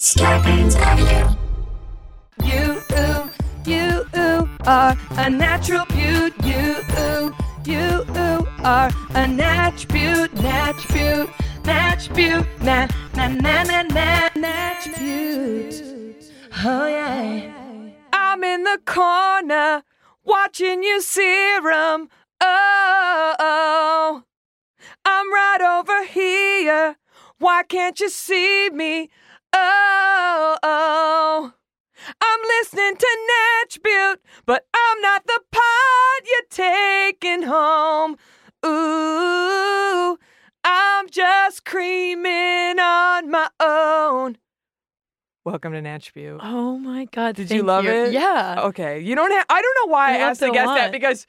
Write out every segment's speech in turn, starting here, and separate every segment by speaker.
Speaker 1: Scorpions Avenue.
Speaker 2: You ooh, you ooh, are a natural beaut. You ooh, you ooh, are a natch beaut, natch beaut, natch beaut, na na na na na natch beaut. Oh yeah. I'm in the corner watching you serum. Oh, oh. I'm right over here. Why can't you see me? Oh, oh. I'm listening to Natch Butte, but I'm not the pod you're taking home. Ooh, I'm just creaming on my own. Welcome to Natch Butte.
Speaker 3: Oh my god!
Speaker 2: Did you love it?
Speaker 3: Yeah.
Speaker 2: Uh, Okay. You don't have. I don't know why I,
Speaker 3: I loved
Speaker 2: asked the
Speaker 3: it a
Speaker 2: guest that
Speaker 3: lot.
Speaker 2: because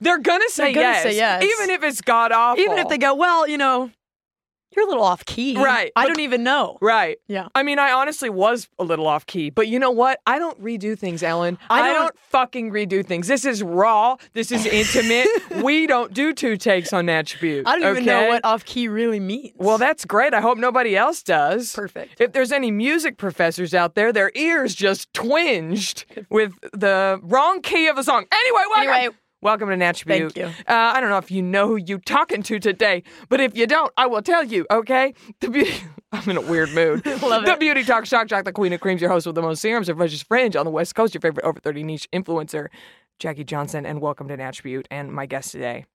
Speaker 2: they're gonna say
Speaker 3: gonna
Speaker 2: yes,
Speaker 3: say yes.
Speaker 2: even if it's god Oh, awful,
Speaker 3: Even if they go, well, you know, you're a little off key.
Speaker 2: Right,
Speaker 3: I
Speaker 2: but-
Speaker 3: don't even know.
Speaker 2: Right.
Speaker 3: Yeah.
Speaker 2: I mean, I honestly was a little off key, but you know what? I don't redo things, Ellen.
Speaker 3: I
Speaker 2: I
Speaker 3: don't-
Speaker 2: don't fucking redo things. This is raw. This is intimate. we don't do two takes on attribute.
Speaker 3: I don't even know
Speaker 2: okay?
Speaker 3: what off key really means.
Speaker 2: Well, that's great. I hope nobody else does.
Speaker 3: Perfect.
Speaker 2: If there's any music professors out there, their ears just twinged with the wrong key of a song. Anyway, welcome.
Speaker 3: Anyway.
Speaker 2: Welcome to Natch
Speaker 3: Thank
Speaker 2: Butte.
Speaker 3: you.
Speaker 2: Uh, I don't know if you know who you talking to today, but if you don't, I will tell you, okay? The beauty I'm in a weird mood.
Speaker 3: Love
Speaker 2: the
Speaker 3: it.
Speaker 2: Beauty Talk Shock Jock, the Queen of Creams, your host with the most serums of Precious Fringe on the West Coast, your favorite over 30 niche influencer, Jackie Johnson, and welcome to Natch Butte and my guest today.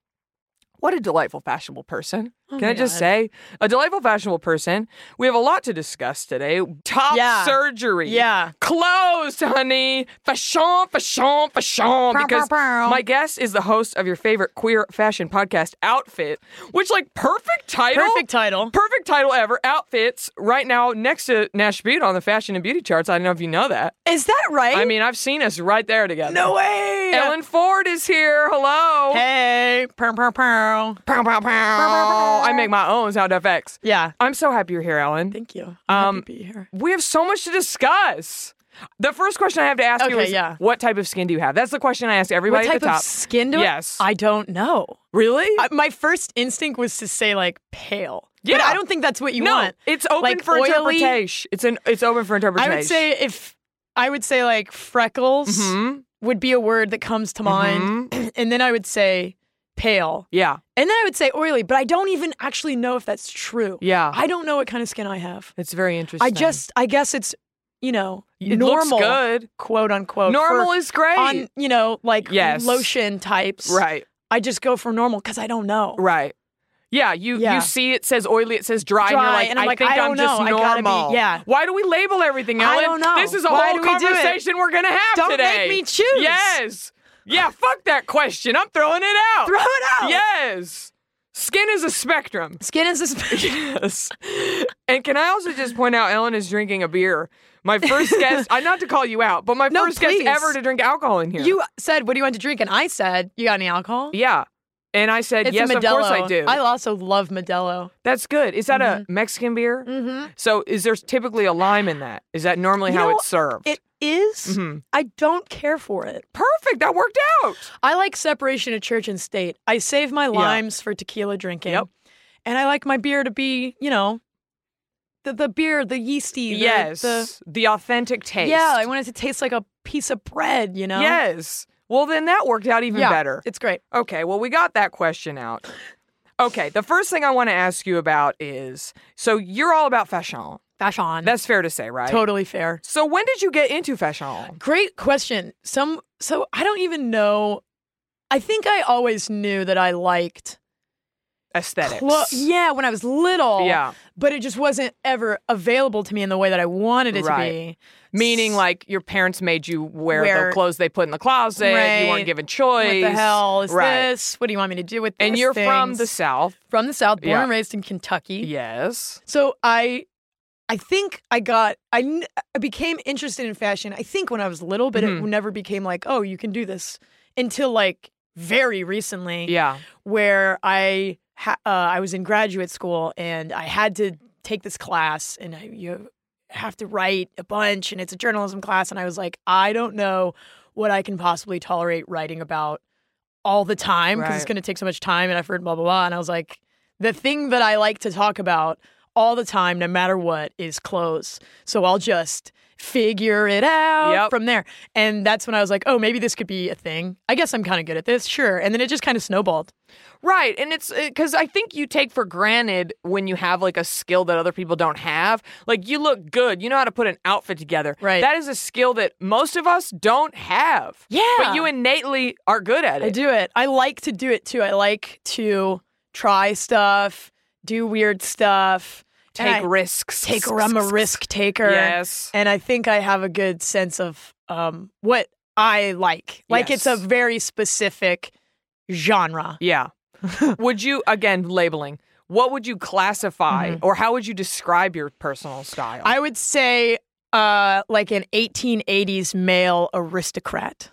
Speaker 2: What a delightful, fashionable person. Can
Speaker 3: Oh my
Speaker 2: I just
Speaker 3: God.
Speaker 2: say? A delightful, fashionable person. We have a lot to discuss today. Top
Speaker 3: Yeah.
Speaker 2: surgery.
Speaker 3: Yeah.
Speaker 2: Closed, honey. Fashion, fashion, fashion. Because my guest is the host of your favorite queer fashion podcast, Outfit, which, like, perfect title.
Speaker 3: Perfect title.
Speaker 2: Perfect title ever. Outfits right now next to Nash Butte on the fashion and beauty charts. I don't know if you know that.
Speaker 3: Is that right?
Speaker 2: I mean, I've seen us right there together.
Speaker 3: no way.
Speaker 2: Ellen Ford is here. Hello.
Speaker 3: Hey. Perm, perm, perm.
Speaker 2: Pow, pow, pow. I make my own sound effects.
Speaker 3: Yeah.
Speaker 2: I'm so happy you're here, Ellen.
Speaker 3: Thank you.
Speaker 2: Um,
Speaker 3: I'm happy to be here.
Speaker 2: we have so much to discuss. The first question I have to ask you
Speaker 3: Okay,
Speaker 2: is,
Speaker 3: yeah.
Speaker 2: what type of skin do you have? That's the question I ask
Speaker 3: What
Speaker 2: everybody
Speaker 3: type
Speaker 2: at the top.
Speaker 3: of skin do I-
Speaker 2: Yes.
Speaker 3: I don't know.
Speaker 2: really?
Speaker 3: I, my first instinct was to say like pale. But
Speaker 2: Yeah.
Speaker 3: I don't think that's what you
Speaker 2: no,
Speaker 3: want.
Speaker 2: it's open
Speaker 3: Like,
Speaker 2: for
Speaker 3: oily?
Speaker 2: interpretation. It's an it's open for
Speaker 3: I
Speaker 2: interpretation.
Speaker 3: would say if I would say like freckles
Speaker 2: Mhm.
Speaker 3: would be a word that comes to mind,
Speaker 2: Mm-hmm.
Speaker 3: and then I would say pale,
Speaker 2: yeah,
Speaker 3: and then I would say oily. But I don't even actually know if that's true.
Speaker 2: Yeah.
Speaker 3: I don't know what kind of skin I have.
Speaker 2: it's very interesting.
Speaker 3: I just, I guess it's you know
Speaker 2: It looks
Speaker 3: normal,
Speaker 2: good.
Speaker 3: quote unquote.
Speaker 2: Normal
Speaker 3: for-
Speaker 2: is great.
Speaker 3: on you know like
Speaker 2: Yes.
Speaker 3: lotion types.
Speaker 2: right,
Speaker 3: I just go for normal because I don't know.
Speaker 2: right. Yeah, you
Speaker 3: Yeah.
Speaker 2: you see it says oily, it says dry, and you're
Speaker 3: Dry,
Speaker 2: like,
Speaker 3: and I'm
Speaker 2: I
Speaker 3: like,
Speaker 2: think
Speaker 3: I
Speaker 2: am
Speaker 3: don't
Speaker 2: just
Speaker 3: know. I gotta be-
Speaker 2: normal.
Speaker 3: yeah.
Speaker 2: Why do we label everything?
Speaker 3: I
Speaker 2: Ellen?
Speaker 3: don't know.
Speaker 2: This is a
Speaker 3: Why
Speaker 2: whole
Speaker 3: do we do it?
Speaker 2: conversation we're gonna have
Speaker 3: Don't
Speaker 2: today.
Speaker 3: make me choose.
Speaker 2: Yes. Yeah. Fuck that question. I'm throwing it out.
Speaker 3: Throw it out.
Speaker 2: Yes. Skin is a spectrum.
Speaker 3: Skin is this.
Speaker 2: Yes. and can I also just point out Ellen is drinking a beer. My first guest, I not to call you out, but my
Speaker 3: No,
Speaker 2: first
Speaker 3: please.
Speaker 2: guest ever to drink alcohol in here.
Speaker 3: You said, "What do you want to drink?" And I said, "You got any alcohol?"
Speaker 2: Yeah. And I said,
Speaker 3: It's
Speaker 2: yes,
Speaker 3: a Modelo.
Speaker 2: of course I do.
Speaker 3: I also love Modelo.
Speaker 2: That's good. Is that a Mexican beer? Mm-hmm. So is there typically a lime in that? Is that normally
Speaker 3: You
Speaker 2: how
Speaker 3: know,
Speaker 2: it's Mm-hmm. served?
Speaker 3: It is? I don't care for it.
Speaker 2: Perfect. That worked out.
Speaker 3: I like separation of church and state. I save my limes for tequila drinking.
Speaker 2: Yep.
Speaker 3: And I like my beer to be, you know, the, the beer, the yeasty. the-
Speaker 2: yes.
Speaker 3: the-
Speaker 2: The, authentic taste.
Speaker 3: yeah, I want it to taste like a piece of bread, you know?
Speaker 2: Yes. Well, then that worked out even
Speaker 3: Yeah,
Speaker 2: better.
Speaker 3: It's great.
Speaker 2: Okay, well, we got that question out. Okay, the first thing I want to ask you about is so you're all about fashion.
Speaker 3: Fashion.
Speaker 2: That's fair to say, right?
Speaker 3: totally fair.
Speaker 2: So when did you get into fashion?
Speaker 3: Great question. Some so I don't even know. I think I always knew that I liked
Speaker 2: aesthetics.
Speaker 3: clo- yeah, when I was little.
Speaker 2: Yeah.
Speaker 3: But it just wasn't ever available to me in the way that I wanted it
Speaker 2: Right.
Speaker 3: to be.
Speaker 2: Meaning, like your parents made you wear,
Speaker 3: Wear-
Speaker 2: the clothes they put in the closet. You
Speaker 3: Right.
Speaker 2: weren't given choice.
Speaker 3: What the hell is
Speaker 2: right.
Speaker 3: this? What do you want me to do with this?
Speaker 2: And you're from the
Speaker 3: things?
Speaker 2: South.
Speaker 3: from the South, born
Speaker 2: Yeah.
Speaker 3: and raised in Kentucky.
Speaker 2: Yes.
Speaker 3: So I I think I got I, n- I became interested in fashion I think when I was little but it
Speaker 2: Mhm.
Speaker 3: never became like oh you can do this until like very recently
Speaker 2: Yeah.
Speaker 3: where I ha- uh, I was in graduate school and I had to take this class and I, you have to write a bunch and it's a journalism class and I was like I don't know what I can possibly tolerate writing about all the time because it's
Speaker 2: Right.
Speaker 3: going to take so much time and effort and blah blah blah and I was like the thing that I like to talk about all the time no matter what is clothes so I'll just figure it out
Speaker 2: Yep.
Speaker 3: from there and that's when I was like oh maybe this could be a thing I guess I'm kind of good at this sure and then it just kind of snowballed
Speaker 2: Right. And it's because I think you take for granted when you have like a skill that other people don't have. Like you look good, you know how to put an outfit together.
Speaker 3: Right.
Speaker 2: That is a skill that most of us don't have.
Speaker 3: Yeah.
Speaker 2: But you innately are good at it.
Speaker 3: I do it. I like to do it too. I like to try stuff, do weird stuff, and
Speaker 2: Take
Speaker 3: I-
Speaker 2: risks.
Speaker 3: Take. I'm a risk taker.
Speaker 2: Yes.
Speaker 3: and I think I have a good sense of um, what I like. Like it's a
Speaker 2: Yes.
Speaker 3: very specific genre.
Speaker 2: Yeah. would you, again, labeling, what would you classify
Speaker 3: Mm-hmm.
Speaker 2: or how would you describe your personal style?
Speaker 3: I would say, uh, like an 1880s male aristocrat.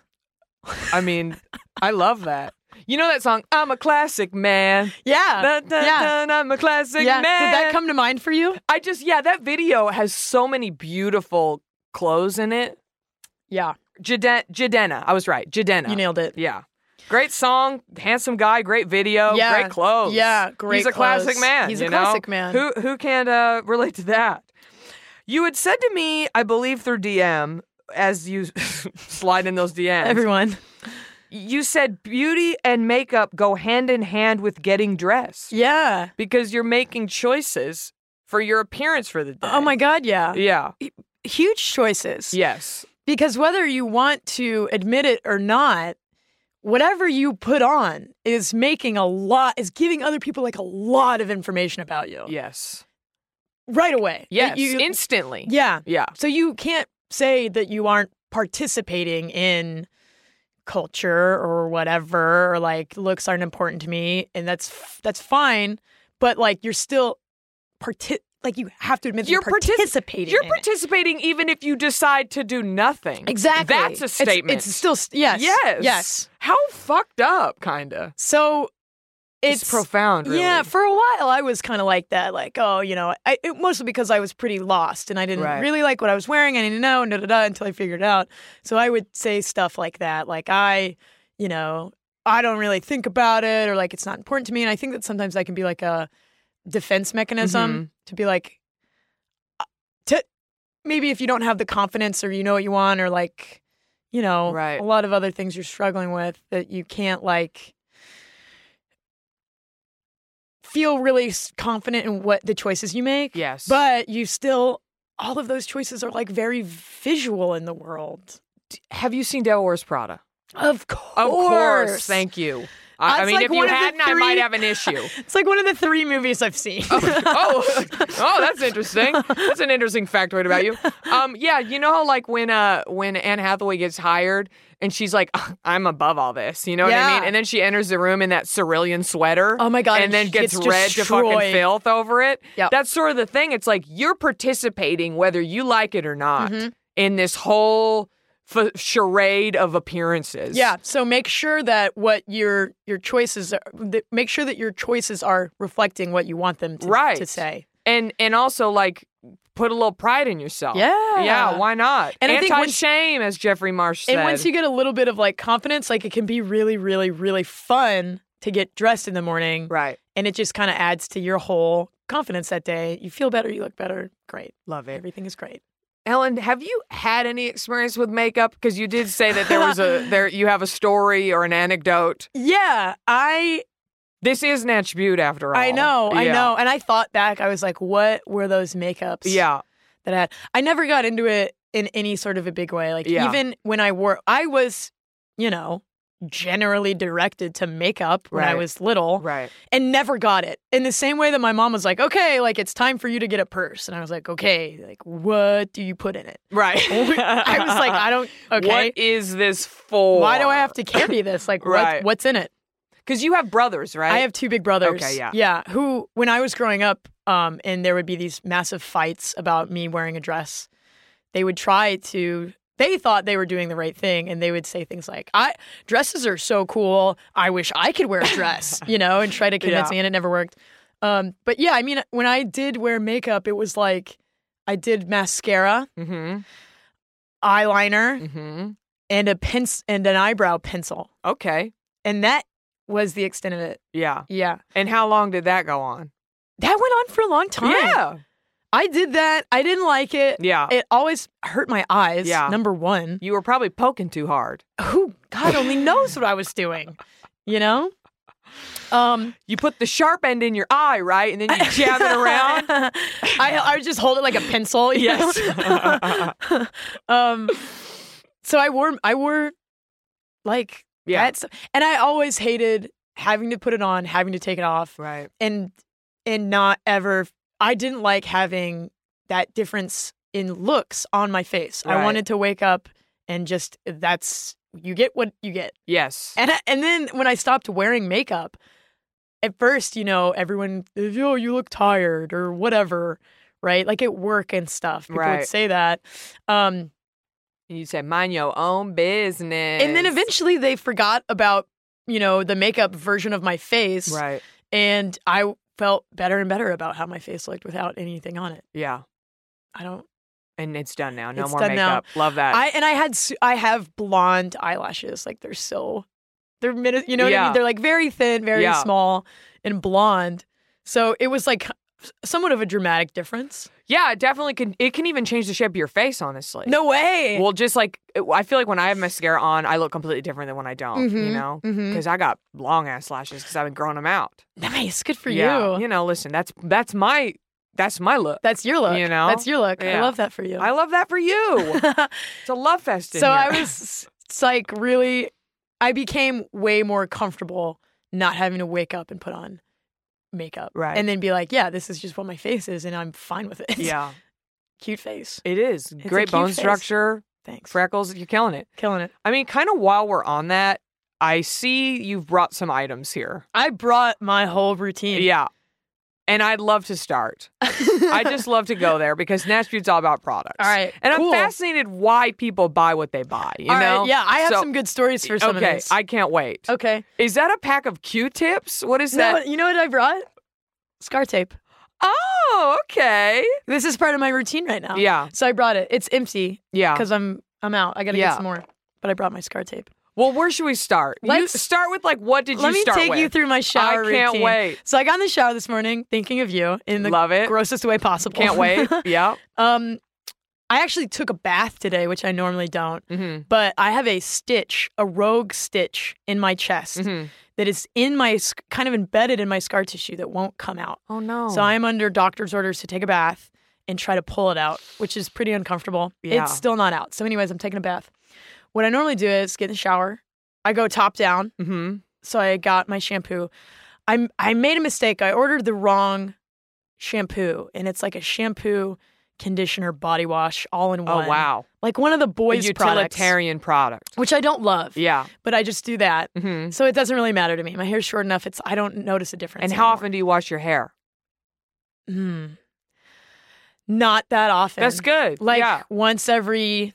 Speaker 2: I mean, I love that. You know that song, I'm a classic man.
Speaker 3: Yeah,
Speaker 2: Dun, dun,
Speaker 3: Uh, yeah,
Speaker 2: dun, I'm a classic
Speaker 3: yeah.
Speaker 2: man.
Speaker 3: Did that come to mind for you?
Speaker 2: I just yeah, that video has so many beautiful clothes in it.
Speaker 3: Yeah,
Speaker 2: Jaden Jadena, I was right. Jadena.
Speaker 3: you nailed it.
Speaker 2: Yeah. Great song, handsome guy, great video,
Speaker 3: Yeah.
Speaker 2: great clothes.
Speaker 3: Yeah, great
Speaker 2: He's a classic
Speaker 3: clothes.
Speaker 2: man.
Speaker 3: He's a
Speaker 2: you know?
Speaker 3: classic man.
Speaker 2: Who who can uh, relate to that? You had said to me, I believe through DM, as you slide in those DMs,
Speaker 3: Everyone.
Speaker 2: you said beauty and makeup go hand in hand with getting dressed
Speaker 3: Yeah.
Speaker 2: because you're making choices for your appearance for the day.
Speaker 3: Oh my God. Yeah.
Speaker 2: Yeah.
Speaker 3: Huge choices.
Speaker 2: Yes.
Speaker 3: Because whether you want to admit it or not, whatever you put on is making a lot, is giving other people like a lot of information about you
Speaker 2: Yes.
Speaker 3: right away.
Speaker 2: Yes.
Speaker 3: You-
Speaker 2: Instantly.
Speaker 3: yeah.
Speaker 2: Yeah.
Speaker 3: So you can't say that you aren't participating in culture or whatever, or like looks aren't important to me, and that's f- that's fine. But like you're still parti- like you have to admit that
Speaker 2: You're
Speaker 3: you're,
Speaker 2: partic-
Speaker 3: participating.
Speaker 2: You're
Speaker 3: in it.
Speaker 2: participating even if you decide to do nothing.
Speaker 3: Exactly.
Speaker 2: That's a
Speaker 3: It's-
Speaker 2: statement.
Speaker 3: It's, still s- yes.
Speaker 2: yes.
Speaker 3: Yes.
Speaker 2: How fucked up, kinda.
Speaker 3: So
Speaker 2: It's,
Speaker 3: it's,
Speaker 2: profound, really.
Speaker 3: Yeah, for a while I was kind of like that, like oh, you know, I, it, mostly because I was pretty lost and I didn't
Speaker 2: Right.
Speaker 3: really like what I was wearing. I didn't know, and da da da, until I figured it out. So I would say stuff like that, like I, you know, I don't really think about it, or like it's not important to me. And I think that sometimes that can be like a defense mechanism
Speaker 2: Mm-hmm.
Speaker 3: to be like, uh, to maybe if you don't have the confidence or you know what you want or like, you know,
Speaker 2: Right.
Speaker 3: a lot of other things you're struggling with that you can't like feel really s- confident in what the choices you make.
Speaker 2: Yes.
Speaker 3: But you still, all of those choices are like very visual in the world.
Speaker 2: have you seen Devil Wears Prada?
Speaker 3: Of course.
Speaker 2: Of course. Thank you. I, I
Speaker 3: That's
Speaker 2: mean,
Speaker 3: like
Speaker 2: if you
Speaker 3: one of the
Speaker 2: hadn't, I might
Speaker 3: three-
Speaker 2: have an issue.
Speaker 3: It's like one of the three movies I've seen.
Speaker 2: oh, oh, that's interesting. That's an interesting factoid about you. Um, yeah, you know how like when uh when Anne Hathaway gets hired and she's like, "Ugh, I'm above all this, you know what I
Speaker 3: Yeah.
Speaker 2: mean? And then she enters the room in that cerulean sweater.
Speaker 3: Oh my God,
Speaker 2: And
Speaker 3: and
Speaker 2: then
Speaker 3: she
Speaker 2: gets,
Speaker 3: gets
Speaker 2: red to fucking
Speaker 3: destroyed.
Speaker 2: filth over it.
Speaker 3: Yep.
Speaker 2: that's sort of the thing. It's like you're participating whether you like it or not
Speaker 3: Mm-hmm.
Speaker 2: in this whole f- charade of appearances.
Speaker 3: Yeah. So make sure that what your your choices are, that make sure that your choices are reflecting what you want them to,
Speaker 2: Right.
Speaker 3: to say.
Speaker 2: and and also like put a little pride in yourself.
Speaker 3: Yeah.
Speaker 2: yeah. Why not?
Speaker 3: And I think once-
Speaker 2: anti-shame, as Jeffrey Marsh said.
Speaker 3: And once you get a little bit of like confidence, like it can be really, really, really fun to get dressed in the morning,
Speaker 2: right,
Speaker 3: and it just kind of adds to your whole confidence that day. You feel better. You look better. Great.
Speaker 2: love it.
Speaker 3: Everything is great.
Speaker 2: Ellen, have you had any experience with makeup? Because you did say that there was a there you have a story or an anecdote.
Speaker 3: Yeah, I
Speaker 2: This is Natch Butte, after all.
Speaker 3: I know, I
Speaker 2: Yeah.
Speaker 3: know. And I thought back, I was like, what were those makeups?
Speaker 2: Yeah,
Speaker 3: that I had. I never got into it in any sort of a big way. Like
Speaker 2: Yeah.
Speaker 3: even when I wore, I was, you know, generally directed to makeup when I
Speaker 2: Right.
Speaker 3: was little
Speaker 2: Right.
Speaker 3: and never got it. In the same way that my mom was like, okay, like it's time for you to get a purse. And I was like, okay, like what do you put in it?
Speaker 2: Right.
Speaker 3: I was like, I don't, okay.
Speaker 2: What is this for?
Speaker 3: Why do I have to carry this? Like,
Speaker 2: Right.
Speaker 3: what, what's in it?
Speaker 2: Because you have brothers, right?
Speaker 3: I have two big brothers.
Speaker 2: Okay, yeah.
Speaker 3: Yeah, who when I was growing up, um, and there would be these massive fights about me wearing a dress. They would try to they thought they were doing the right thing and they would say things like, I dresses are so cool. I wish I could wear a dress, you know, and try to convince
Speaker 2: Yeah.
Speaker 3: me and it never worked. Um, but yeah, I mean when I did wear makeup, it was like I did mascara,
Speaker 2: Mm-hmm.
Speaker 3: eyeliner,
Speaker 2: Mm-hmm.
Speaker 3: and a pencil and an eyebrow pencil.
Speaker 2: Okay.
Speaker 3: And that was the extent of it.
Speaker 2: Yeah.
Speaker 3: Yeah.
Speaker 2: And how long did that go on?
Speaker 3: That went on for a long time.
Speaker 2: Yeah.
Speaker 3: I did that. I didn't like it.
Speaker 2: Yeah.
Speaker 3: It always hurt my eyes.
Speaker 2: Yeah.
Speaker 3: Number one.
Speaker 2: you were probably poking too hard.
Speaker 3: Who God only knows what I was doing. You know? Um
Speaker 2: You put the sharp end in your eye, right? And then you jab it around.
Speaker 3: I I would just hold it like a pencil. you know?
Speaker 2: Yes.
Speaker 3: um so I wore I wore like
Speaker 2: Yeah.
Speaker 3: that stuff. and I always hated having to put it on, having to take it off,
Speaker 2: Right.
Speaker 3: and and not ever I didn't like having that difference in looks on my face. I
Speaker 2: Right.
Speaker 3: wanted to wake up and just that's you get what you get.
Speaker 2: Yes.
Speaker 3: And I, and then when I stopped wearing makeup, at first, you know, everyone, "Yo, you look tired" or whatever, right? Like at work and stuff. People would
Speaker 2: Right.
Speaker 3: say that. Um
Speaker 2: And you said, mind your own business.
Speaker 3: and then eventually they forgot about, you know, the makeup version of my face
Speaker 2: Right.
Speaker 3: and I felt better and better about how my face looked without anything on it.
Speaker 2: Yeah.
Speaker 3: I don't.
Speaker 2: And it's done now. No
Speaker 3: It's
Speaker 2: more
Speaker 3: done now.
Speaker 2: makeup. Love that.
Speaker 3: I and I had su- I have blonde eyelashes. Like they're so they're mini, you know what I
Speaker 2: Yeah.
Speaker 3: mean. They're like very thin, very
Speaker 2: Yeah.
Speaker 3: small, and blonde. So it was like somewhat of a dramatic difference.
Speaker 2: yeah, it definitely can. It can even change the shape of your face, honestly.
Speaker 3: No way.
Speaker 2: Well, just like I feel like when I have mascara on, I look completely different than when I don't. You
Speaker 3: Mhm,
Speaker 2: know,
Speaker 3: mhm.
Speaker 2: because I got long ass lashes because I've been growing them out.
Speaker 3: nice, good for
Speaker 2: yeah,
Speaker 3: you.
Speaker 2: You know, listen, that's that's my that's my look.
Speaker 3: That's your look.
Speaker 2: You know?
Speaker 3: that's your look. I
Speaker 2: Yeah.
Speaker 3: love that for you.
Speaker 2: I love that for you. it's a love fest. In
Speaker 3: so
Speaker 2: here.
Speaker 3: I was it's like really, I became way more comfortable not having to wake up and put on makeup,
Speaker 2: Right.
Speaker 3: And then be like, yeah, this is just what my face is, and I'm fine with it.
Speaker 2: yeah,
Speaker 3: cute face.
Speaker 2: it is
Speaker 3: a
Speaker 2: great
Speaker 3: cute
Speaker 2: bone
Speaker 3: face.
Speaker 2: structure,
Speaker 3: Thanks.
Speaker 2: freckles. You're killing it.
Speaker 3: Killing it.
Speaker 2: I mean, kind of while we're on that, I see you've brought some items here.
Speaker 3: I brought my whole routine.
Speaker 2: Yeah. And I'd love to start. I just love to go there because Nash Beauty's all about products.
Speaker 3: All right,
Speaker 2: And
Speaker 3: cool.
Speaker 2: I'm fascinated why people buy what they buy. You
Speaker 3: All right,
Speaker 2: know?
Speaker 3: yeah, I have
Speaker 2: So-
Speaker 3: some good stories for some
Speaker 2: Okay,
Speaker 3: of these.
Speaker 2: I can't wait.
Speaker 3: okay.
Speaker 2: Is that a pack of Q-tips? What is
Speaker 3: You know,
Speaker 2: that?
Speaker 3: what, you know what I brought? Scar tape.
Speaker 2: Oh, okay.
Speaker 3: This is part of my routine right now.
Speaker 2: Yeah.
Speaker 3: So I brought it. It's empty
Speaker 2: Yeah.
Speaker 3: because I'm I'm out. I gotta
Speaker 2: Yeah.
Speaker 3: get some more. But I brought my scar tape.
Speaker 2: Well, where should we start? you
Speaker 3: Let's-
Speaker 2: start with like what did
Speaker 3: Let
Speaker 2: you
Speaker 3: me
Speaker 2: start
Speaker 3: take you
Speaker 2: with?
Speaker 3: through my shower
Speaker 2: I can't
Speaker 3: routine.
Speaker 2: wait.
Speaker 3: So I got in the shower this morning thinking of you in the
Speaker 2: Love it.
Speaker 3: grossest way possible.
Speaker 2: Can't wait. yeah.
Speaker 3: um I actually took a bath today, which I normally don't.
Speaker 2: hmm
Speaker 3: but I have a stitch, a rogue stitch in my chest
Speaker 2: Mhm.
Speaker 3: that is in my sc- kind of embedded in my scar tissue that won't come out.
Speaker 2: Oh no.
Speaker 3: So I'm under doctor's orders to take a bath and try to pull it out, which is pretty uncomfortable.
Speaker 2: Yeah.
Speaker 3: It's still not out. So, anyways, I'm taking a bath. What I normally do is get in the shower. I go top down.
Speaker 2: hmm
Speaker 3: So I got my shampoo. I I made a mistake. I ordered the wrong shampoo, and it's like a shampoo, conditioner, body wash, all in
Speaker 2: Oh
Speaker 3: one.
Speaker 2: wow.
Speaker 3: Like one of the
Speaker 2: A
Speaker 3: boys' products
Speaker 2: utilitarian product.
Speaker 3: which I don't love.
Speaker 2: Yeah.
Speaker 3: But I just do that.
Speaker 2: hmm
Speaker 3: So it doesn't really matter to me. My hair's short enough. It's I don't notice a difference.
Speaker 2: And how
Speaker 3: anymore.
Speaker 2: often do you wash your hair?
Speaker 3: Hmm. Not that often.
Speaker 2: That's good.
Speaker 3: Like
Speaker 2: yeah.
Speaker 3: once every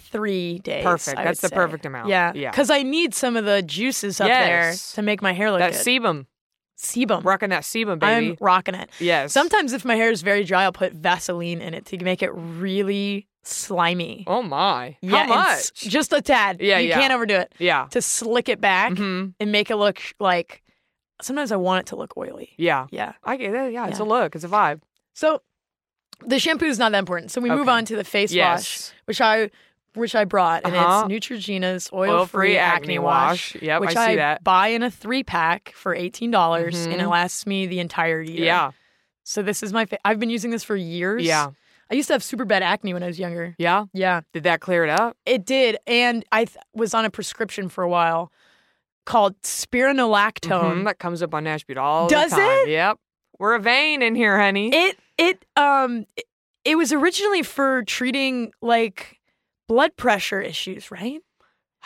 Speaker 3: three days.
Speaker 2: Perfect.
Speaker 3: I
Speaker 2: That's
Speaker 3: would
Speaker 2: the
Speaker 3: say.
Speaker 2: perfect amount.
Speaker 3: Yeah.
Speaker 2: Yeah.
Speaker 3: Because I need some of the juices up
Speaker 2: Yes.
Speaker 3: there to make my hair look
Speaker 2: That
Speaker 3: good.
Speaker 2: sebum.
Speaker 3: sebum.
Speaker 2: Rocking that sebum, baby.
Speaker 3: I'm rocking it.
Speaker 2: yes.
Speaker 3: Sometimes if my hair is very dry, I'll put Vaseline in it to make it really slimy.
Speaker 2: Oh my.
Speaker 3: yeah,
Speaker 2: how
Speaker 3: and s-
Speaker 2: much?
Speaker 3: Just a tad.
Speaker 2: Yeah,
Speaker 3: You
Speaker 2: yeah.
Speaker 3: can't overdo it.
Speaker 2: yeah.
Speaker 3: to slick it back
Speaker 2: hmm
Speaker 3: and make it look like sometimes I want it to look oily.
Speaker 2: Yeah.
Speaker 3: Yeah.
Speaker 2: I get it. Yeah, it's
Speaker 3: Yeah.
Speaker 2: a look. It's a vibe.
Speaker 3: So the shampoo is not that important. So we move
Speaker 2: Okay.
Speaker 3: on to the face wash,
Speaker 2: yes.
Speaker 3: which I which I brought, and
Speaker 2: Uh-huh.
Speaker 3: it's Neutrogena's
Speaker 2: Oil-free
Speaker 3: oil-free acne,
Speaker 2: acne
Speaker 3: wash.
Speaker 2: wash. Yep, I
Speaker 3: which
Speaker 2: see that.
Speaker 3: buy in a three pack for eighteen dollars, and it
Speaker 2: Mhm.
Speaker 3: lasts me the entire year.
Speaker 2: Yeah.
Speaker 3: So this is my. Fa- I've been using this for years.
Speaker 2: Yeah.
Speaker 3: I used to have super bad acne when I was younger.
Speaker 2: Yeah.
Speaker 3: Yeah,
Speaker 2: Did that clear it up?
Speaker 3: it did. And I th- was on a prescription for a while called
Speaker 2: Mhm,
Speaker 3: spironolactone.
Speaker 2: that comes up on Nash Butte all
Speaker 3: Does
Speaker 2: the time.
Speaker 3: it?
Speaker 2: Yep. We're a vein in here, honey.
Speaker 3: It it um it, it was originally for treating like blood pressure issues, right?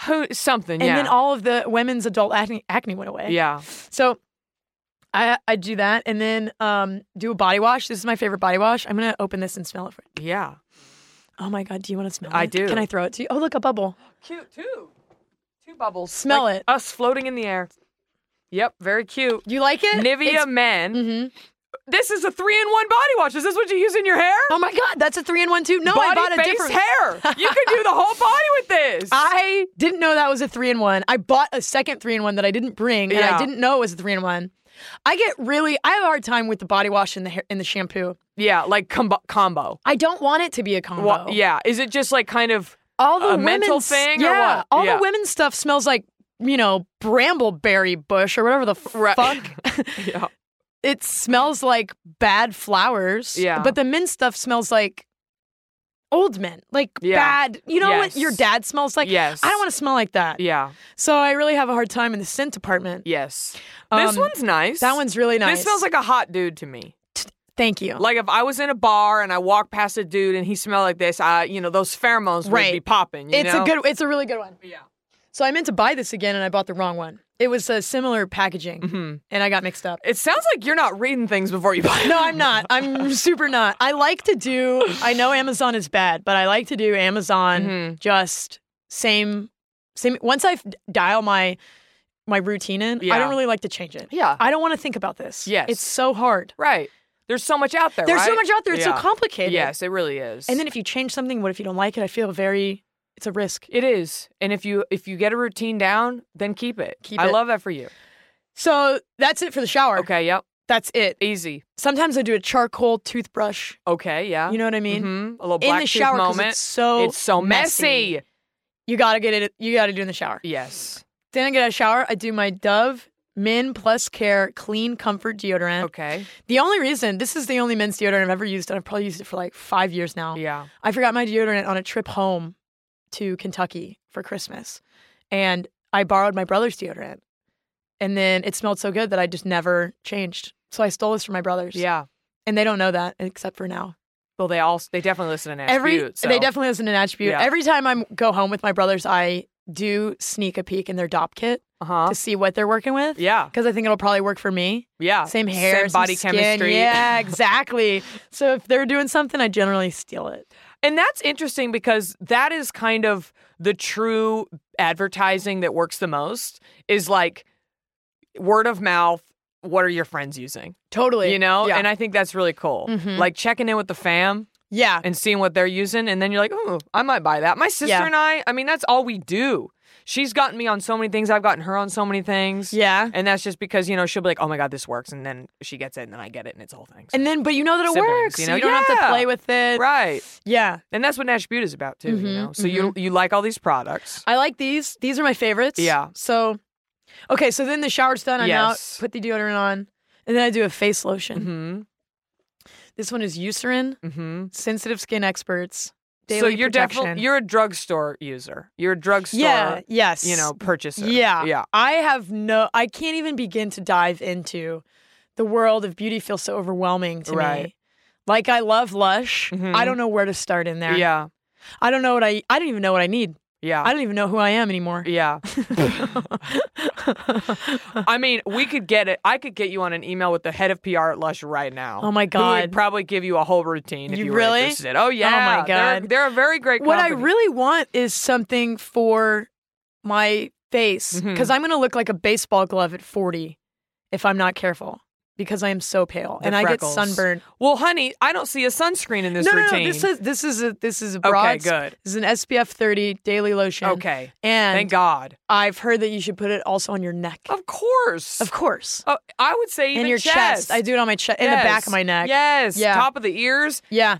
Speaker 2: Who something,
Speaker 3: And
Speaker 2: yeah.
Speaker 3: then all of the women's adult acne acne went away.
Speaker 2: yeah.
Speaker 3: So I I do that and then um do a body wash. This is my favorite body wash. I'm gonna open this and smell it for
Speaker 2: Yeah.
Speaker 3: Oh my god, do you want to smell it?
Speaker 2: I do.
Speaker 3: Can I throw it to you? Oh look a bubble.
Speaker 2: Cute too. Two bubbles.
Speaker 3: Smell
Speaker 2: Like
Speaker 3: it.
Speaker 2: Us floating in the air. Yep, very cute.
Speaker 3: You like it?
Speaker 2: Nivea Men.
Speaker 3: hmm
Speaker 2: This is a three in one body wash. Is this what you use in your hair?
Speaker 3: Oh my god, that's a three in one too. No,
Speaker 2: body,
Speaker 3: I bought a
Speaker 2: face,
Speaker 3: different
Speaker 2: hair. You could do the whole body with this.
Speaker 3: I didn't know that was a three in one. I bought a second three in one that I didn't bring, and
Speaker 2: Yeah.
Speaker 3: I didn't know it was a three in one. I get really, I have a hard time with the body wash and the hair, and the shampoo.
Speaker 2: yeah, like combo. combo.
Speaker 3: I don't want it to be a combo.
Speaker 2: Wha- yeah. Is it just like kind of
Speaker 3: all the
Speaker 2: a mental
Speaker 3: women's-
Speaker 2: thing or
Speaker 3: Yeah,
Speaker 2: what?
Speaker 3: all
Speaker 2: Yeah.
Speaker 3: the women's stuff smells like you know brambleberry bush or whatever the
Speaker 2: Right.
Speaker 3: fuck.
Speaker 2: yeah.
Speaker 3: it smells like bad flowers.
Speaker 2: Yeah.
Speaker 3: but the men's stuff smells like old men, like
Speaker 2: Yeah.
Speaker 3: bad. You know what your
Speaker 2: Yes.
Speaker 3: dad smells like.
Speaker 2: Yes.
Speaker 3: I don't want to smell like that.
Speaker 2: Yeah.
Speaker 3: So I really have a hard time in the scent department.
Speaker 2: Yes. This
Speaker 3: Um,
Speaker 2: one's nice.
Speaker 3: That one's really nice.
Speaker 2: This smells like a hot dude to me.
Speaker 3: Thank you.
Speaker 2: Like if I was in a bar and I walked past a dude and he smelled like this, I you know those pheromones would be
Speaker 3: Right.
Speaker 2: popping. You
Speaker 3: it's
Speaker 2: know?
Speaker 3: a good. It's a really good one.
Speaker 2: Yeah.
Speaker 3: So I meant to buy this again, and I bought the wrong one. It was a similar packaging,
Speaker 2: Mm-hmm.
Speaker 3: and I got mixed up.
Speaker 2: It sounds like you're not reading things before you buy. them.
Speaker 3: No, I'm not. I'm super not. I like to do. I know Amazon is bad, but I like to do Amazon
Speaker 2: Mm-hmm.
Speaker 3: just same same. Once I have dial my my routine in, I
Speaker 2: Yeah.
Speaker 3: don't really like to change it.
Speaker 2: Yeah.
Speaker 3: I don't want to think about this.
Speaker 2: Yes.
Speaker 3: it's so hard.
Speaker 2: Right. There's so much out there.
Speaker 3: There's so
Speaker 2: right?
Speaker 3: much out there. It's
Speaker 2: Yeah.
Speaker 3: so complicated.
Speaker 2: Yes, it really is.
Speaker 3: And then if you change something, what if you don't like it? I feel very. It's a risk.
Speaker 2: it is. And if you if you get a routine down, then keep it.
Speaker 3: Keep
Speaker 2: I
Speaker 3: it.
Speaker 2: love that for you.
Speaker 3: So that's it for the shower.
Speaker 2: Okay. Yep.
Speaker 3: That's it.
Speaker 2: Easy.
Speaker 3: Sometimes I do a charcoal toothbrush.
Speaker 2: Okay. Yeah.
Speaker 3: You know what I mean?
Speaker 2: Mhm. A little
Speaker 3: In
Speaker 2: black
Speaker 3: the
Speaker 2: tooth
Speaker 3: shower 'cause
Speaker 2: moment.
Speaker 3: it's so
Speaker 2: It's so messy.
Speaker 3: You gotta get it. You gotta do it in the shower.
Speaker 2: Yes.
Speaker 3: Then I get a shower. I do my Dove Men Plus Care Clean Comfort deodorant.
Speaker 2: Okay.
Speaker 3: The only reason this is the only men's deodorant I've ever used, and I've probably used it for like five years now.
Speaker 2: Yeah.
Speaker 3: I forgot my deodorant on a trip home to Kentucky for Christmas, and I borrowed my brother's deodorant, and then it smelled so good that I just never changed. So I stole this from my brothers.
Speaker 2: Yeah.
Speaker 3: and they don't know that except for now.
Speaker 2: Well, they all they definitely listen to Nash
Speaker 3: Every
Speaker 2: Butte, so.
Speaker 3: they definitely listen to an attribute.
Speaker 2: Yeah.
Speaker 3: Every time I go home with my brothers, I do sneak a peek in their DOP kit
Speaker 2: uh-huh.
Speaker 3: to see what they're working with.
Speaker 2: Yeah.
Speaker 3: because I think it'll probably work for me.
Speaker 2: Yeah.
Speaker 3: Same hair,
Speaker 2: Same
Speaker 3: some
Speaker 2: body
Speaker 3: skin.
Speaker 2: chemistry.
Speaker 3: Yeah, exactly. so if they're doing something, I generally steal it.
Speaker 2: And that's interesting because that is kind of the true advertising that works the most is like word of mouth. What are your friends using?
Speaker 3: Totally.
Speaker 2: You know?
Speaker 3: Yeah.
Speaker 2: And I think that's really cool.
Speaker 3: Mhm.
Speaker 2: Like checking in with the fam
Speaker 3: yeah.
Speaker 2: and seeing what they're using. And then you're like, ooh, I might buy that. My sister
Speaker 3: Yeah.
Speaker 2: and I, I mean, that's all we do. She's gotten me on so many things. I've gotten her on so many things.
Speaker 3: Yeah.
Speaker 2: And that's just because, you know, she'll be like, oh my God, this works. And then she gets it and then I get it and it's a whole thing. So-
Speaker 3: And then, but you know that it
Speaker 2: Siblings,
Speaker 3: works.
Speaker 2: you
Speaker 3: You,
Speaker 2: know?
Speaker 3: you don't have
Speaker 2: Yeah.
Speaker 3: to play with it.
Speaker 2: right.
Speaker 3: Yeah.
Speaker 2: And that's what Nash Butte is about too, you
Speaker 3: Mhm,
Speaker 2: know? So you you like all these products.
Speaker 3: I like these. These are my favorites.
Speaker 2: Yeah.
Speaker 3: So, okay. So then the shower's done. I'm
Speaker 2: Yes.
Speaker 3: out. Put the deodorant on. And then I do a face lotion.
Speaker 2: hmm
Speaker 3: This one is Eucerin,
Speaker 2: hmm
Speaker 3: sensitive skin experts. Daily
Speaker 2: so you're
Speaker 3: protection.
Speaker 2: definitely you're a drugstore user. You're a drugstore,
Speaker 3: yeah. Yes.
Speaker 2: you know, purchaser.
Speaker 3: Yeah.
Speaker 2: yeah,
Speaker 3: I have no I can't even begin to dive into the world of beauty feels so overwhelming to
Speaker 2: Right.
Speaker 3: me. Like I love Lush.
Speaker 2: Mhm.
Speaker 3: I don't know where to start in there.
Speaker 2: yeah,
Speaker 3: I don't know what I I don't even know what I need.
Speaker 2: yeah.
Speaker 3: I don't even know who I am anymore.
Speaker 2: yeah. I mean, we could get it. I could get you on an email with the head of PR at Lush right now.
Speaker 3: Oh, my
Speaker 2: Who would
Speaker 3: God.
Speaker 2: probably give you a whole routine if you,
Speaker 3: You
Speaker 2: were
Speaker 3: really?
Speaker 2: interested. Oh yeah.
Speaker 3: my
Speaker 2: They're- They're,
Speaker 3: God.
Speaker 2: a very great.
Speaker 3: What I
Speaker 2: company.
Speaker 3: really want is something for my face
Speaker 2: Mhm.
Speaker 3: because I'm going to look like a baseball glove at 40 if I'm not careful because I am so pale
Speaker 2: The
Speaker 3: and
Speaker 2: freckles.
Speaker 3: I get sunburned.
Speaker 2: well, honey, I don't see a sunscreen in this
Speaker 3: no, no,
Speaker 2: routine.
Speaker 3: no, this is this is a this is a
Speaker 2: Okay,
Speaker 3: broad.
Speaker 2: good.
Speaker 3: This is an SPF 30 daily lotion.
Speaker 2: okay.
Speaker 3: And
Speaker 2: Thank God.
Speaker 3: I've heard that you should put it also on your neck.
Speaker 2: Of course.
Speaker 3: Of course.
Speaker 2: Oh, I would say even
Speaker 3: And your chest. I do it on my chest, in the back
Speaker 2: Yes.
Speaker 3: of my neck.
Speaker 2: Yes.
Speaker 3: Yeah.
Speaker 2: Top of the ears,
Speaker 3: Yeah.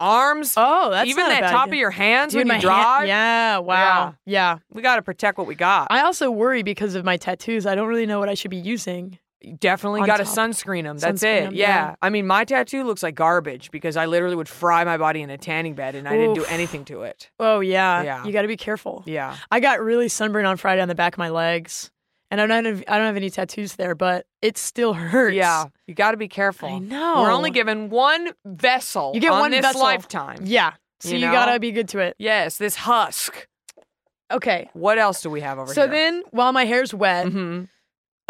Speaker 2: arms.
Speaker 3: Oh, that's
Speaker 2: even
Speaker 3: not a
Speaker 2: that
Speaker 3: bad
Speaker 2: top
Speaker 3: idea.
Speaker 2: of your hands
Speaker 3: Dude,
Speaker 2: when
Speaker 3: my
Speaker 2: you
Speaker 3: hand-
Speaker 2: drive.
Speaker 3: yeah. Wow. Yeah.
Speaker 2: We got to protect what we got.
Speaker 3: I also worry because of my tattoos. I don't really know what I should be using.
Speaker 2: Definitely
Speaker 3: On
Speaker 2: got to
Speaker 3: top.
Speaker 2: sunscreen them. That's
Speaker 3: Sunscreen
Speaker 2: it.
Speaker 3: 'em,
Speaker 2: yeah.
Speaker 3: yeah.
Speaker 2: I mean, my tattoo looks like garbage because I literally would fry my body in a tanning bed and I didn't do
Speaker 3: Oof.
Speaker 2: anything to it.
Speaker 3: Oh yeah,
Speaker 2: Yeah.
Speaker 3: You got to be careful.
Speaker 2: Yeah.
Speaker 3: I got really sunburned on Friday on the back of my legs, and I don't have, I don't have any tattoos there, but it still hurts.
Speaker 2: Yeah. You got to be careful.
Speaker 3: I know.
Speaker 2: We're only given one vessel
Speaker 3: You get
Speaker 2: on
Speaker 3: one
Speaker 2: this
Speaker 3: vessel.
Speaker 2: lifetime.
Speaker 3: Yeah. So
Speaker 2: You
Speaker 3: you,
Speaker 2: know?
Speaker 3: gotta be good to it.
Speaker 2: Yes, this husk.
Speaker 3: Okay.
Speaker 2: What else do we have over
Speaker 3: so
Speaker 2: here?
Speaker 3: then, while my hair's wet,
Speaker 2: Mhm.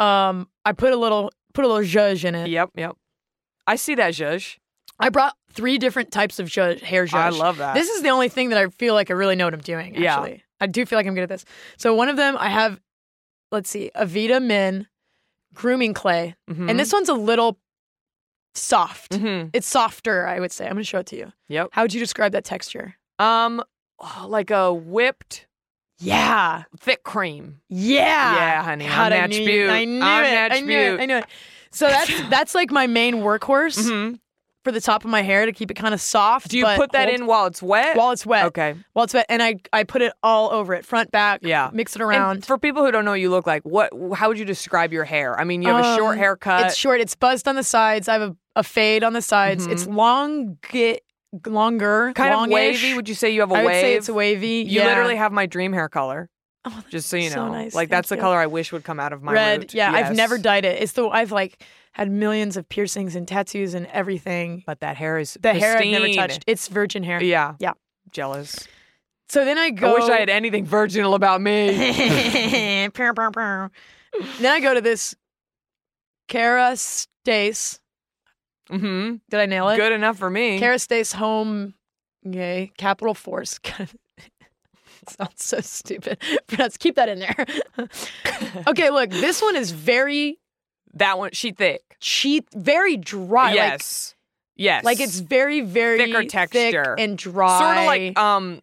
Speaker 3: um, I put a little put a little zhuzh in it.
Speaker 2: Yep, yep. I see that, Zhuzh.
Speaker 3: I brought three different types of zhuzh, hair zhuzh.
Speaker 2: I love that.
Speaker 3: This is the only thing that I feel like I really know what I'm doing.
Speaker 2: Yeah.
Speaker 3: Actually, I do feel like I'm good at this. So one of them, I have, let's see, Avita Min grooming clay,
Speaker 2: Mhm.
Speaker 3: and this one's a little soft.
Speaker 2: Mhm.
Speaker 3: It's softer, I would say. I'm gonna show it to you.
Speaker 2: Yep.
Speaker 3: How would you describe that texture?
Speaker 2: Um, oh, like a whipped
Speaker 3: Yeah,
Speaker 2: thick cream.
Speaker 3: yeah,
Speaker 2: Yeah, honey, I'm
Speaker 3: God, I
Speaker 2: Natch
Speaker 3: knew,
Speaker 2: Butte.
Speaker 3: you- I knew
Speaker 2: I'm
Speaker 3: it.
Speaker 2: Natch
Speaker 3: I knew it.
Speaker 2: Butte.
Speaker 3: I knew it. So that's that's like my main workhorse
Speaker 2: Mhm.
Speaker 3: for the top of my hair to keep it kind of soft.
Speaker 2: Do you
Speaker 3: but
Speaker 2: put that
Speaker 3: hold-
Speaker 2: in while it's wet?
Speaker 3: while it's wet?
Speaker 2: okay.
Speaker 3: While it's wet, and I I put it all over it, front, back.
Speaker 2: Yeah.
Speaker 3: mix it
Speaker 2: And
Speaker 3: around.
Speaker 2: for people who don't know what you look like, what? How would you describe your hair? I mean, you have a short
Speaker 3: Um,
Speaker 2: haircut.
Speaker 3: It's short. It's buzzed on the sides. I have a, a fade on the sides. It's long, get longer,
Speaker 2: Mm-hmm. kind
Speaker 3: longish.
Speaker 2: of wavy. Would you say you have a
Speaker 3: I would
Speaker 2: wave?
Speaker 3: say it's wavy.
Speaker 2: You
Speaker 3: yeah. Oh,
Speaker 2: literally have my dream hair color. just so you know,
Speaker 3: so nice.
Speaker 2: like
Speaker 3: Thank
Speaker 2: that's the
Speaker 3: you.
Speaker 2: color I wish would come out of my
Speaker 3: red.
Speaker 2: root.
Speaker 3: Yeah, I've
Speaker 2: Yes.
Speaker 3: never dyed it. It's the I've like had millions of piercings and tattoos and everything.
Speaker 2: But that hair is
Speaker 3: The hair I've never
Speaker 2: pristine.
Speaker 3: touched. It's virgin hair.
Speaker 2: Yeah,
Speaker 3: Yeah.
Speaker 2: Jealous.
Speaker 3: So then I go.
Speaker 2: I wish I had anything virginal about me.
Speaker 3: Pew, pew, pew. then I go to this Cara Stace.
Speaker 2: hmm
Speaker 3: Did I nail it?
Speaker 2: Good enough for me.
Speaker 3: Kara stays home. Yay. Capital Force. God, it sounds so stupid. Let's keep that in there. okay, look, this one is very
Speaker 2: that one, she thick.
Speaker 3: cheat, very dry. like-
Speaker 2: yes. yes.
Speaker 3: Like, it's very, very
Speaker 2: Thicker
Speaker 3: thick
Speaker 2: texture.
Speaker 3: and dry.
Speaker 2: sort of like um,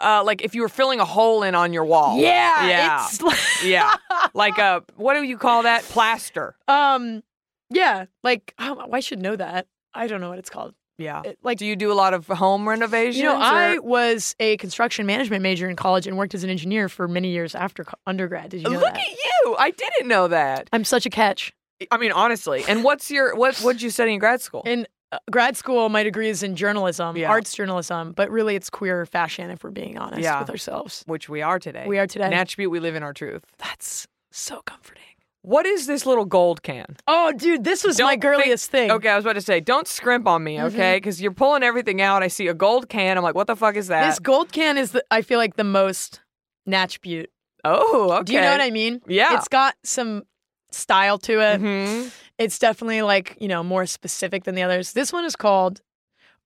Speaker 2: uh, like if you were filling a hole in on your wall.
Speaker 3: yeah,
Speaker 2: Yeah.
Speaker 3: It's like,
Speaker 2: yeah. Like a what do you call that? Plaster.
Speaker 3: um, yeah. Like, oh, I should know that. I don't know what it's called.
Speaker 2: Yeah.
Speaker 3: It- like,
Speaker 2: Uh, Do you do a lot of home renovations?
Speaker 3: You know,
Speaker 2: or-
Speaker 3: I was a construction management major in college and worked as an engineer for many years after co- undergrad. Did you know
Speaker 2: look
Speaker 3: that?
Speaker 2: at you. I didn't know that.
Speaker 3: I'm such a catch.
Speaker 2: I mean, honestly. And what's your what? What'd you study in grad school?
Speaker 3: In uh, grad school, my degree is in journalism,
Speaker 2: Yeah.
Speaker 3: arts journalism, but really it's queer fashion if we're being honest
Speaker 2: Yeah.
Speaker 3: with ourselves.
Speaker 2: Which we are today.
Speaker 3: We are today.
Speaker 2: An attribute we live in our truth.
Speaker 3: That's so comforting.
Speaker 2: What is this little gold can?
Speaker 3: Oh, dude, this was my
Speaker 2: Don't think-
Speaker 3: girliest thing.
Speaker 2: Okay, I was about to say, don't scrimp on me, okay? Because you're pulling everything out. I see a gold can. I'm like, what the fuck is that?
Speaker 3: This gold can is, the, I feel like, the most Natchbute.
Speaker 2: oh, okay.
Speaker 3: Do you know what I mean?
Speaker 2: Yeah.
Speaker 3: It's got some style to it.
Speaker 2: Mhm.
Speaker 3: It's definitely like, you know, more specific than the others. This one is called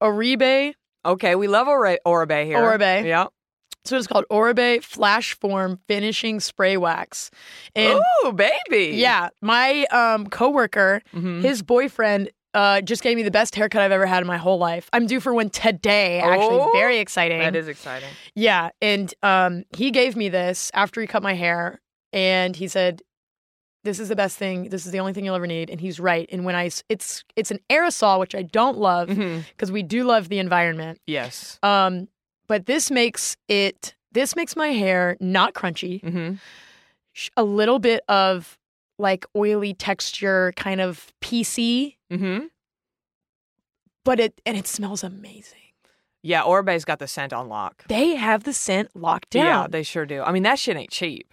Speaker 3: Oribe.
Speaker 2: Okay, we love Ora- Oribe here.
Speaker 3: Oribe.
Speaker 2: Yeah.
Speaker 3: So it's called Oribe Flash Form Finishing Spray Wax. And
Speaker 2: Ooh, baby.
Speaker 3: Yeah, my um coworker,
Speaker 2: Mhm.
Speaker 3: his boyfriend, uh, just gave me the best haircut I've ever had in my whole life. I'm due for one today. Actually,
Speaker 2: Oh,
Speaker 3: very exciting.
Speaker 2: That is exciting.
Speaker 3: Yeah, and um, he gave me this after he cut my hair, and he said, "This is the best thing. This is the only thing you'll ever need." And he's right. And when I, s- it's it's an aerosol, which I don't love
Speaker 2: Mhm.
Speaker 3: because we do love the environment.
Speaker 2: Yes.
Speaker 3: Um, but this makes it. This makes my hair not crunchy
Speaker 2: hmm
Speaker 3: sh- a little bit of like oily texture, kind of PC,
Speaker 2: hmm
Speaker 3: but it and it smells amazing.
Speaker 2: Yeah, Oribe's got the scent on lock.
Speaker 3: They have the scent locked down.
Speaker 2: Yeah, they sure do. I mean, that shit ain't cheap.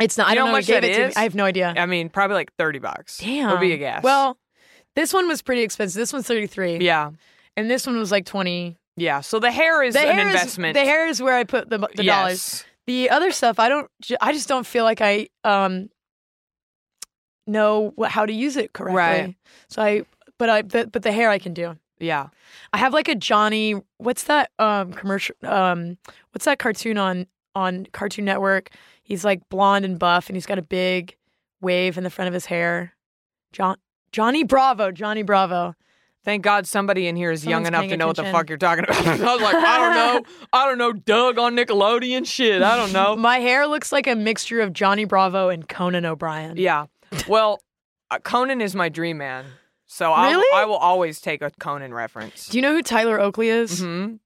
Speaker 3: it's not.
Speaker 2: You
Speaker 3: I don't
Speaker 2: know
Speaker 3: know.
Speaker 2: how
Speaker 3: who
Speaker 2: much
Speaker 3: gave
Speaker 2: that
Speaker 3: it to me.
Speaker 2: is?
Speaker 3: I have no idea.
Speaker 2: I mean, probably like 30 bucks.
Speaker 3: Damn.
Speaker 2: Would be a guess.
Speaker 3: Well, this one was pretty expensive. This one's thirty three.
Speaker 2: yeah.
Speaker 3: And this one was like twenty.
Speaker 2: Yeah. So the hair is
Speaker 3: The
Speaker 2: an
Speaker 3: hair
Speaker 2: investment.
Speaker 3: Is, the hair is where I put the, the
Speaker 2: yes.
Speaker 3: dollars. The other stuff, I don't. ju- I just don't feel like I um know what, how to use it correctly.
Speaker 2: Right.
Speaker 3: So I, but I, but, but the hair I can do.
Speaker 2: Yeah.
Speaker 3: I have like a Johnny. What's that um commercial? Um, what's that cartoon on on Cartoon Network? He's like blonde and buff, and he's got a big wave in the front of his hair. John Johnny Bravo, Johnny Bravo.
Speaker 2: Thank God somebody in here is young
Speaker 3: Someone's
Speaker 2: enough
Speaker 3: paying
Speaker 2: to know what the
Speaker 3: attention.
Speaker 2: fuck you're talking about. I was like, I don't know. I don't know Doug on Nickelodeon shit. I don't know.
Speaker 3: My hair looks like a mixture of Johnny Bravo and Conan O'Brien.
Speaker 2: Yeah. Well, uh, Conan is my dream man. So I'll,
Speaker 3: Really?
Speaker 2: I will always take a Conan reference.
Speaker 3: Do you know who Tyler Oakley is?
Speaker 2: hmm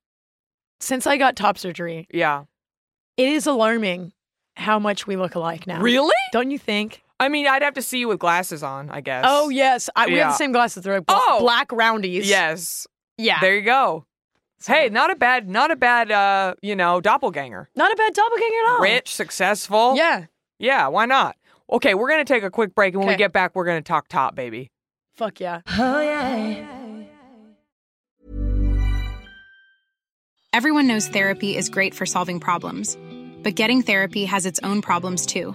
Speaker 3: Since I got top surgery,
Speaker 2: Yeah.
Speaker 3: it is alarming how much we look alike now.
Speaker 2: Really?
Speaker 3: Don't you think?
Speaker 2: I mean, I'd have to see you with glasses on, I guess.
Speaker 3: Oh yes, I, we have
Speaker 2: Yeah.
Speaker 3: the same glasses. They're like bl-
Speaker 2: Oh.
Speaker 3: black roundies.
Speaker 2: Yes.
Speaker 3: yeah.
Speaker 2: There you go. Hey, not a bad, not a bad, uh, you know, doppelganger.
Speaker 3: Not a bad doppelganger at all.
Speaker 2: Rich, successful.
Speaker 3: Oh. Yeah.
Speaker 2: Yeah, why not? Okay, we're going to take a quick break. And when we
Speaker 3: Okay.
Speaker 2: get back, we're going to talk top, baby.
Speaker 3: Fuck yeah.
Speaker 4: Everyone knows therapy is great for solving problems, but getting therapy has its own problems too,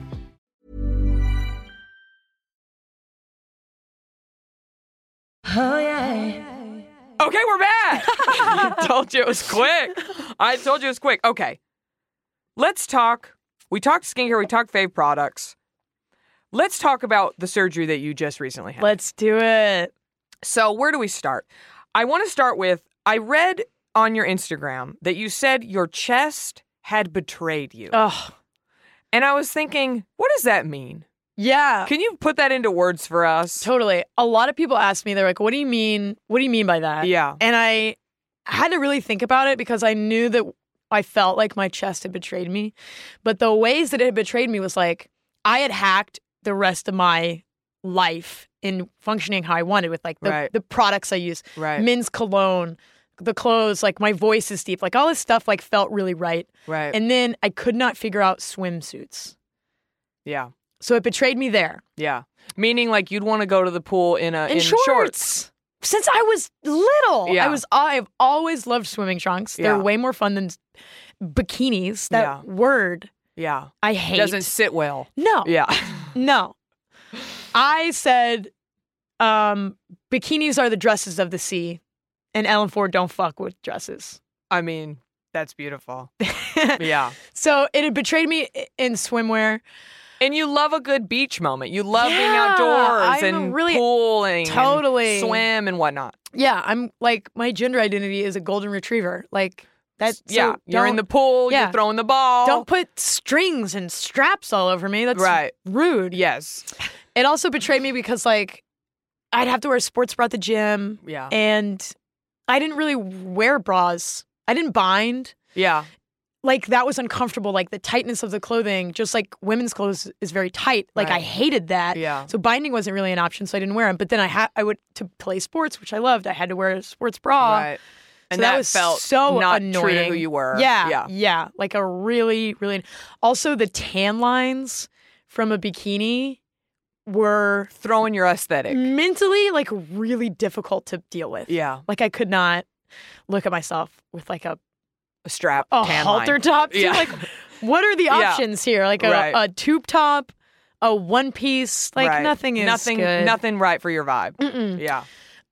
Speaker 2: Okay, we're back. I told you it was quick. I told you it was quick. Okay. Let's talk. We talked skincare, we talked fave products. Let's talk about the surgery that you just recently had.
Speaker 3: Let's do it.
Speaker 2: So, where do we start? I want to start with I read on your Instagram that you said your chest had betrayed you.
Speaker 3: Oh
Speaker 2: and I was thinking, what does that mean?
Speaker 3: yeah.
Speaker 2: Can you put that into words for us?
Speaker 3: Totally. A lot of people ask me, they're like, what do you mean? What do you mean by that?
Speaker 2: Uh, Yeah.
Speaker 3: And I had to really think about it because I knew that I felt like my chest had betrayed me. But the ways that it had betrayed me was like I had hacked the rest of my life in functioning how I wanted with like the,
Speaker 2: Right.
Speaker 3: the products I use,
Speaker 2: Right.
Speaker 3: men's cologne, the clothes, like my voice is deep, like all this stuff like felt really right.
Speaker 2: right.
Speaker 3: And then I could not figure out swimsuits.
Speaker 2: yeah.
Speaker 3: So it betrayed me there.
Speaker 2: Yeah. Meaning like you'd want to go to the pool Uh, in a
Speaker 3: in, shorts. Since I was little,
Speaker 2: Yeah.
Speaker 3: I was I've always loved swimming trunks. They're
Speaker 2: Yeah.
Speaker 3: way more fun than bikinis. That
Speaker 2: Yeah.
Speaker 3: word
Speaker 2: Yeah.
Speaker 3: I hate.
Speaker 2: Doesn't sit well.
Speaker 3: no,
Speaker 2: Yeah.
Speaker 3: no. I said, um, bikinis are the dresses of the sea, and Ellen Ford don't fuck with dresses.
Speaker 2: I mean, that's beautiful. Yeah.
Speaker 3: So it had betrayed me i- in swimwear.
Speaker 2: And you love a good beach moment. You love being
Speaker 3: Yeah,
Speaker 2: outdoors
Speaker 3: I'm
Speaker 2: and
Speaker 3: really-
Speaker 2: pooling, and
Speaker 3: Totally.
Speaker 2: swim and whatnot.
Speaker 3: Yeah, I'm like my gender identity is a golden retriever. Like that's
Speaker 2: yeah, you're in the
Speaker 3: pool.
Speaker 2: pool.
Speaker 3: yeah.
Speaker 2: You're throwing the ball.
Speaker 3: Don't put strings and straps all over me. That's
Speaker 2: Right.
Speaker 3: rude.
Speaker 2: Yes.
Speaker 3: It also betrayed me because like I'd have to wear a sports bra at the gym
Speaker 2: Yeah.
Speaker 3: and I didn't really wear bras. I didn't bind.
Speaker 2: yeah.
Speaker 3: Like that was uncomfortable. Like the tightness of the clothing, just like women's clothes is very tight. Like I
Speaker 2: Right.
Speaker 3: hated that.
Speaker 2: Yeah.
Speaker 3: So binding wasn't really an option, so I didn't wear them. But then I had I would to play sports, which I loved. I had to wear a sports bra.
Speaker 2: Right. And
Speaker 3: so that,
Speaker 2: that
Speaker 3: was
Speaker 2: felt
Speaker 3: so
Speaker 2: not true to
Speaker 3: annoying.
Speaker 2: who you were.
Speaker 3: Yeah,
Speaker 2: Yeah.
Speaker 3: yeah, Like a really, really. Also, the tan lines from a bikini were
Speaker 2: Throwing your aesthetic.
Speaker 3: Mm. mentally like really difficult to deal with.
Speaker 2: Yeah.
Speaker 3: Like I could not look at myself with like a,
Speaker 2: A strap.
Speaker 3: a
Speaker 2: tan
Speaker 3: halter
Speaker 2: line.
Speaker 3: top. too.
Speaker 2: Yeah.
Speaker 3: Like, what are the
Speaker 2: Yeah.
Speaker 3: options here? Like a,
Speaker 2: Right.
Speaker 3: a tube top, a one piece. Like
Speaker 2: Right.
Speaker 3: nothing is
Speaker 2: nothing.
Speaker 3: good. Mm.
Speaker 2: Nothing right for your vibe.
Speaker 3: Mm-mm.
Speaker 2: Yeah.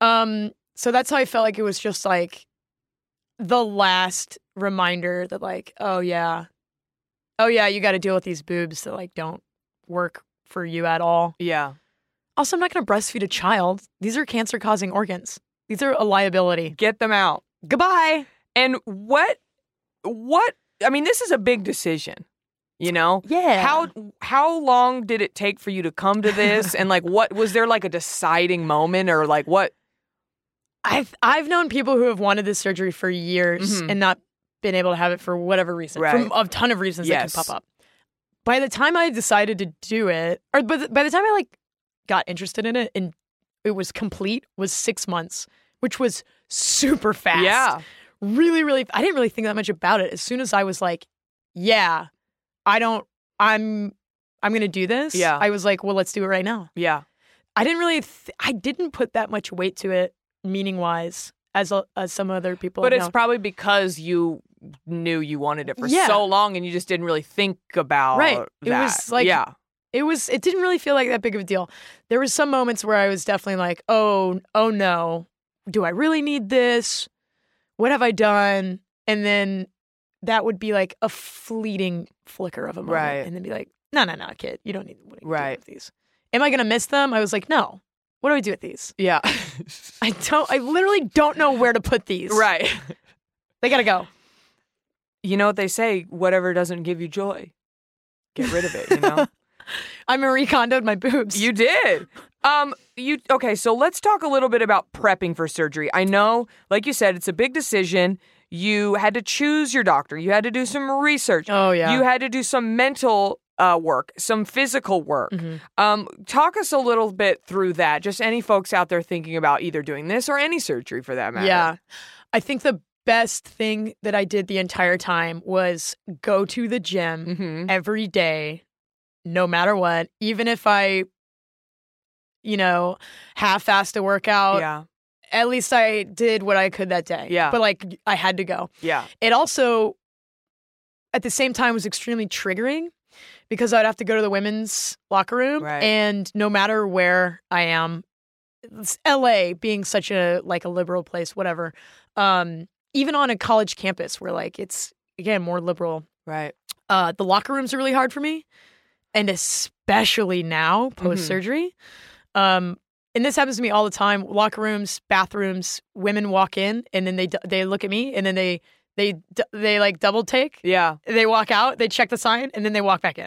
Speaker 3: Um, so that's how I felt like it was just like the last reminder that like, oh yeah, oh yeah, you got to deal with these boobs that like don't work for you at all.
Speaker 2: Yeah.
Speaker 3: Also, I'm not gonna breastfeed a child. These are cancer causing organs. These are a liability.
Speaker 2: Get them out.
Speaker 3: Goodbye.
Speaker 2: And what? What? I mean, this is a big decision. You know.
Speaker 3: Yeah.
Speaker 2: How how long did it take for you to come to this? and like, what was there like a deciding moment or like what?
Speaker 3: I've I've known people who have wanted this surgery for years
Speaker 2: Mhm.
Speaker 3: and not been able to have it for whatever reason,
Speaker 2: Right.
Speaker 3: from a ton of reasons
Speaker 2: Yes.
Speaker 3: that can pop up. By the time I decided to do it, or by the, by the time I like got interested in it and it was complete, was six months, which was super fast.
Speaker 2: Yeah.
Speaker 3: really, really. I didn't really think that much about it. As soon as I was like, yeah, I don't, I'm, I'm gonna do this.
Speaker 2: Yeah.
Speaker 3: I was like, well, let's do it right now.
Speaker 2: Yeah.
Speaker 3: I didn't really. Th- I didn't put that much weight to it, meaning wise, as a, as some other people.
Speaker 2: But
Speaker 3: have
Speaker 2: it's
Speaker 3: known.
Speaker 2: probably because you knew you wanted it for
Speaker 3: Yeah.
Speaker 2: so long and you just didn't really think about
Speaker 3: Right. It
Speaker 2: that.
Speaker 3: was like-
Speaker 2: yeah,
Speaker 3: it was. It didn't really feel like that big of a deal. There was some moments where I was definitely like, "Oh, oh no, do I really need this? What have I done?" And then that would be like a fleeting flicker of a moment,
Speaker 2: Right.
Speaker 3: and then be like, "No, no, no, kid, you don't need what are you doing
Speaker 2: Right.
Speaker 3: with these." Am I gonna miss them? I was like, "No, What do I do with these?
Speaker 2: Yeah.
Speaker 3: I don't. I literally don't know where to put these.
Speaker 2: right.
Speaker 3: They gotta go.
Speaker 2: You know what they say, whatever doesn't give you joy, get rid of it, you know?
Speaker 3: I Marie Kondoed my boobs.
Speaker 2: You did. Um, you okay? So let's talk a little bit about prepping for surgery. I know, like you said, it's a big decision. You had to choose your doctor. You had to do some research.
Speaker 3: Oh, yeah.
Speaker 2: You had to do some mental uh, work, some physical work.
Speaker 3: Mm-hmm.
Speaker 2: Um, talk us a little bit through that. Just any folks out there thinking about either doing this or any surgery for that matter.
Speaker 3: Yeah. I think the best thing that I did the entire time was go to the gym
Speaker 2: Mm-hmm.
Speaker 3: every day, no matter what, even if I, you know, half assed a workout.
Speaker 2: Yeah.
Speaker 3: At least I did what I could that day.
Speaker 2: Yeah.
Speaker 3: But like I had to go.
Speaker 2: Yeah.
Speaker 3: It also, at the same time, was extremely triggering because I'd have to go to the women's locker room,
Speaker 2: Right.
Speaker 3: and no matter where I am, it's L.A. being such a like a liberal place, whatever. Um, even on a college campus where like it's again more liberal,
Speaker 2: Right.
Speaker 3: uh, the locker rooms are really hard for me, and especially now
Speaker 2: Mm-hmm.
Speaker 3: post surgery. Um, and this happens to me all the time: locker rooms, bathrooms. Women walk in, and then they d- they look at me, and then they they d- they like double take.
Speaker 2: Yeah.
Speaker 3: They walk out, they check the sign, and then they walk back in.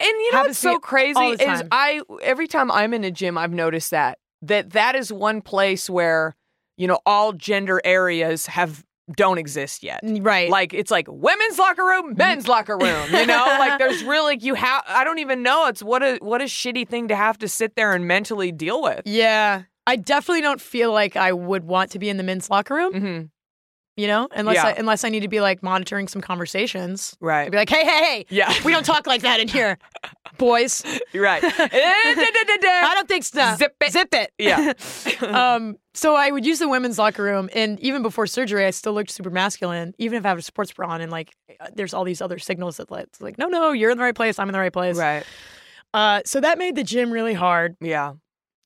Speaker 2: And you know
Speaker 3: Happens
Speaker 2: what's
Speaker 3: to me
Speaker 2: so crazy
Speaker 3: all the
Speaker 2: is
Speaker 3: time.
Speaker 2: I every time I'm in a gym, I've noticed that that that is one place where you know all gender areas have don't exist yet.
Speaker 3: Right.
Speaker 2: Like it's like women's locker room, men's locker room. You know, like there's really you have. I don't even know. It's what a what a shitty thing to have to sit there and mentally deal with.
Speaker 3: yeah. I definitely don't feel like I would want to be in the men's locker room,
Speaker 2: hmm
Speaker 3: you know, unless
Speaker 2: Yeah.
Speaker 3: I, unless I need to be like monitoring some conversations. I'd
Speaker 2: Right.
Speaker 3: be like, hey, hey, hey,
Speaker 2: Yeah.
Speaker 3: we don't talk like that in here, boys.
Speaker 2: You're right. Eh,
Speaker 3: I don't think so.
Speaker 2: Zip it.
Speaker 3: Zip it.
Speaker 2: yeah.
Speaker 3: um, so I would use the women's locker room, and even before surgery, I still looked super masculine, even if I have a sports bra on. And like, uh, there's all these other signals that like, it's like, no, no, you're in the right place. I'm in the right place.
Speaker 2: Right.
Speaker 3: Uh, so that made the gym really hard.
Speaker 2: Yeah.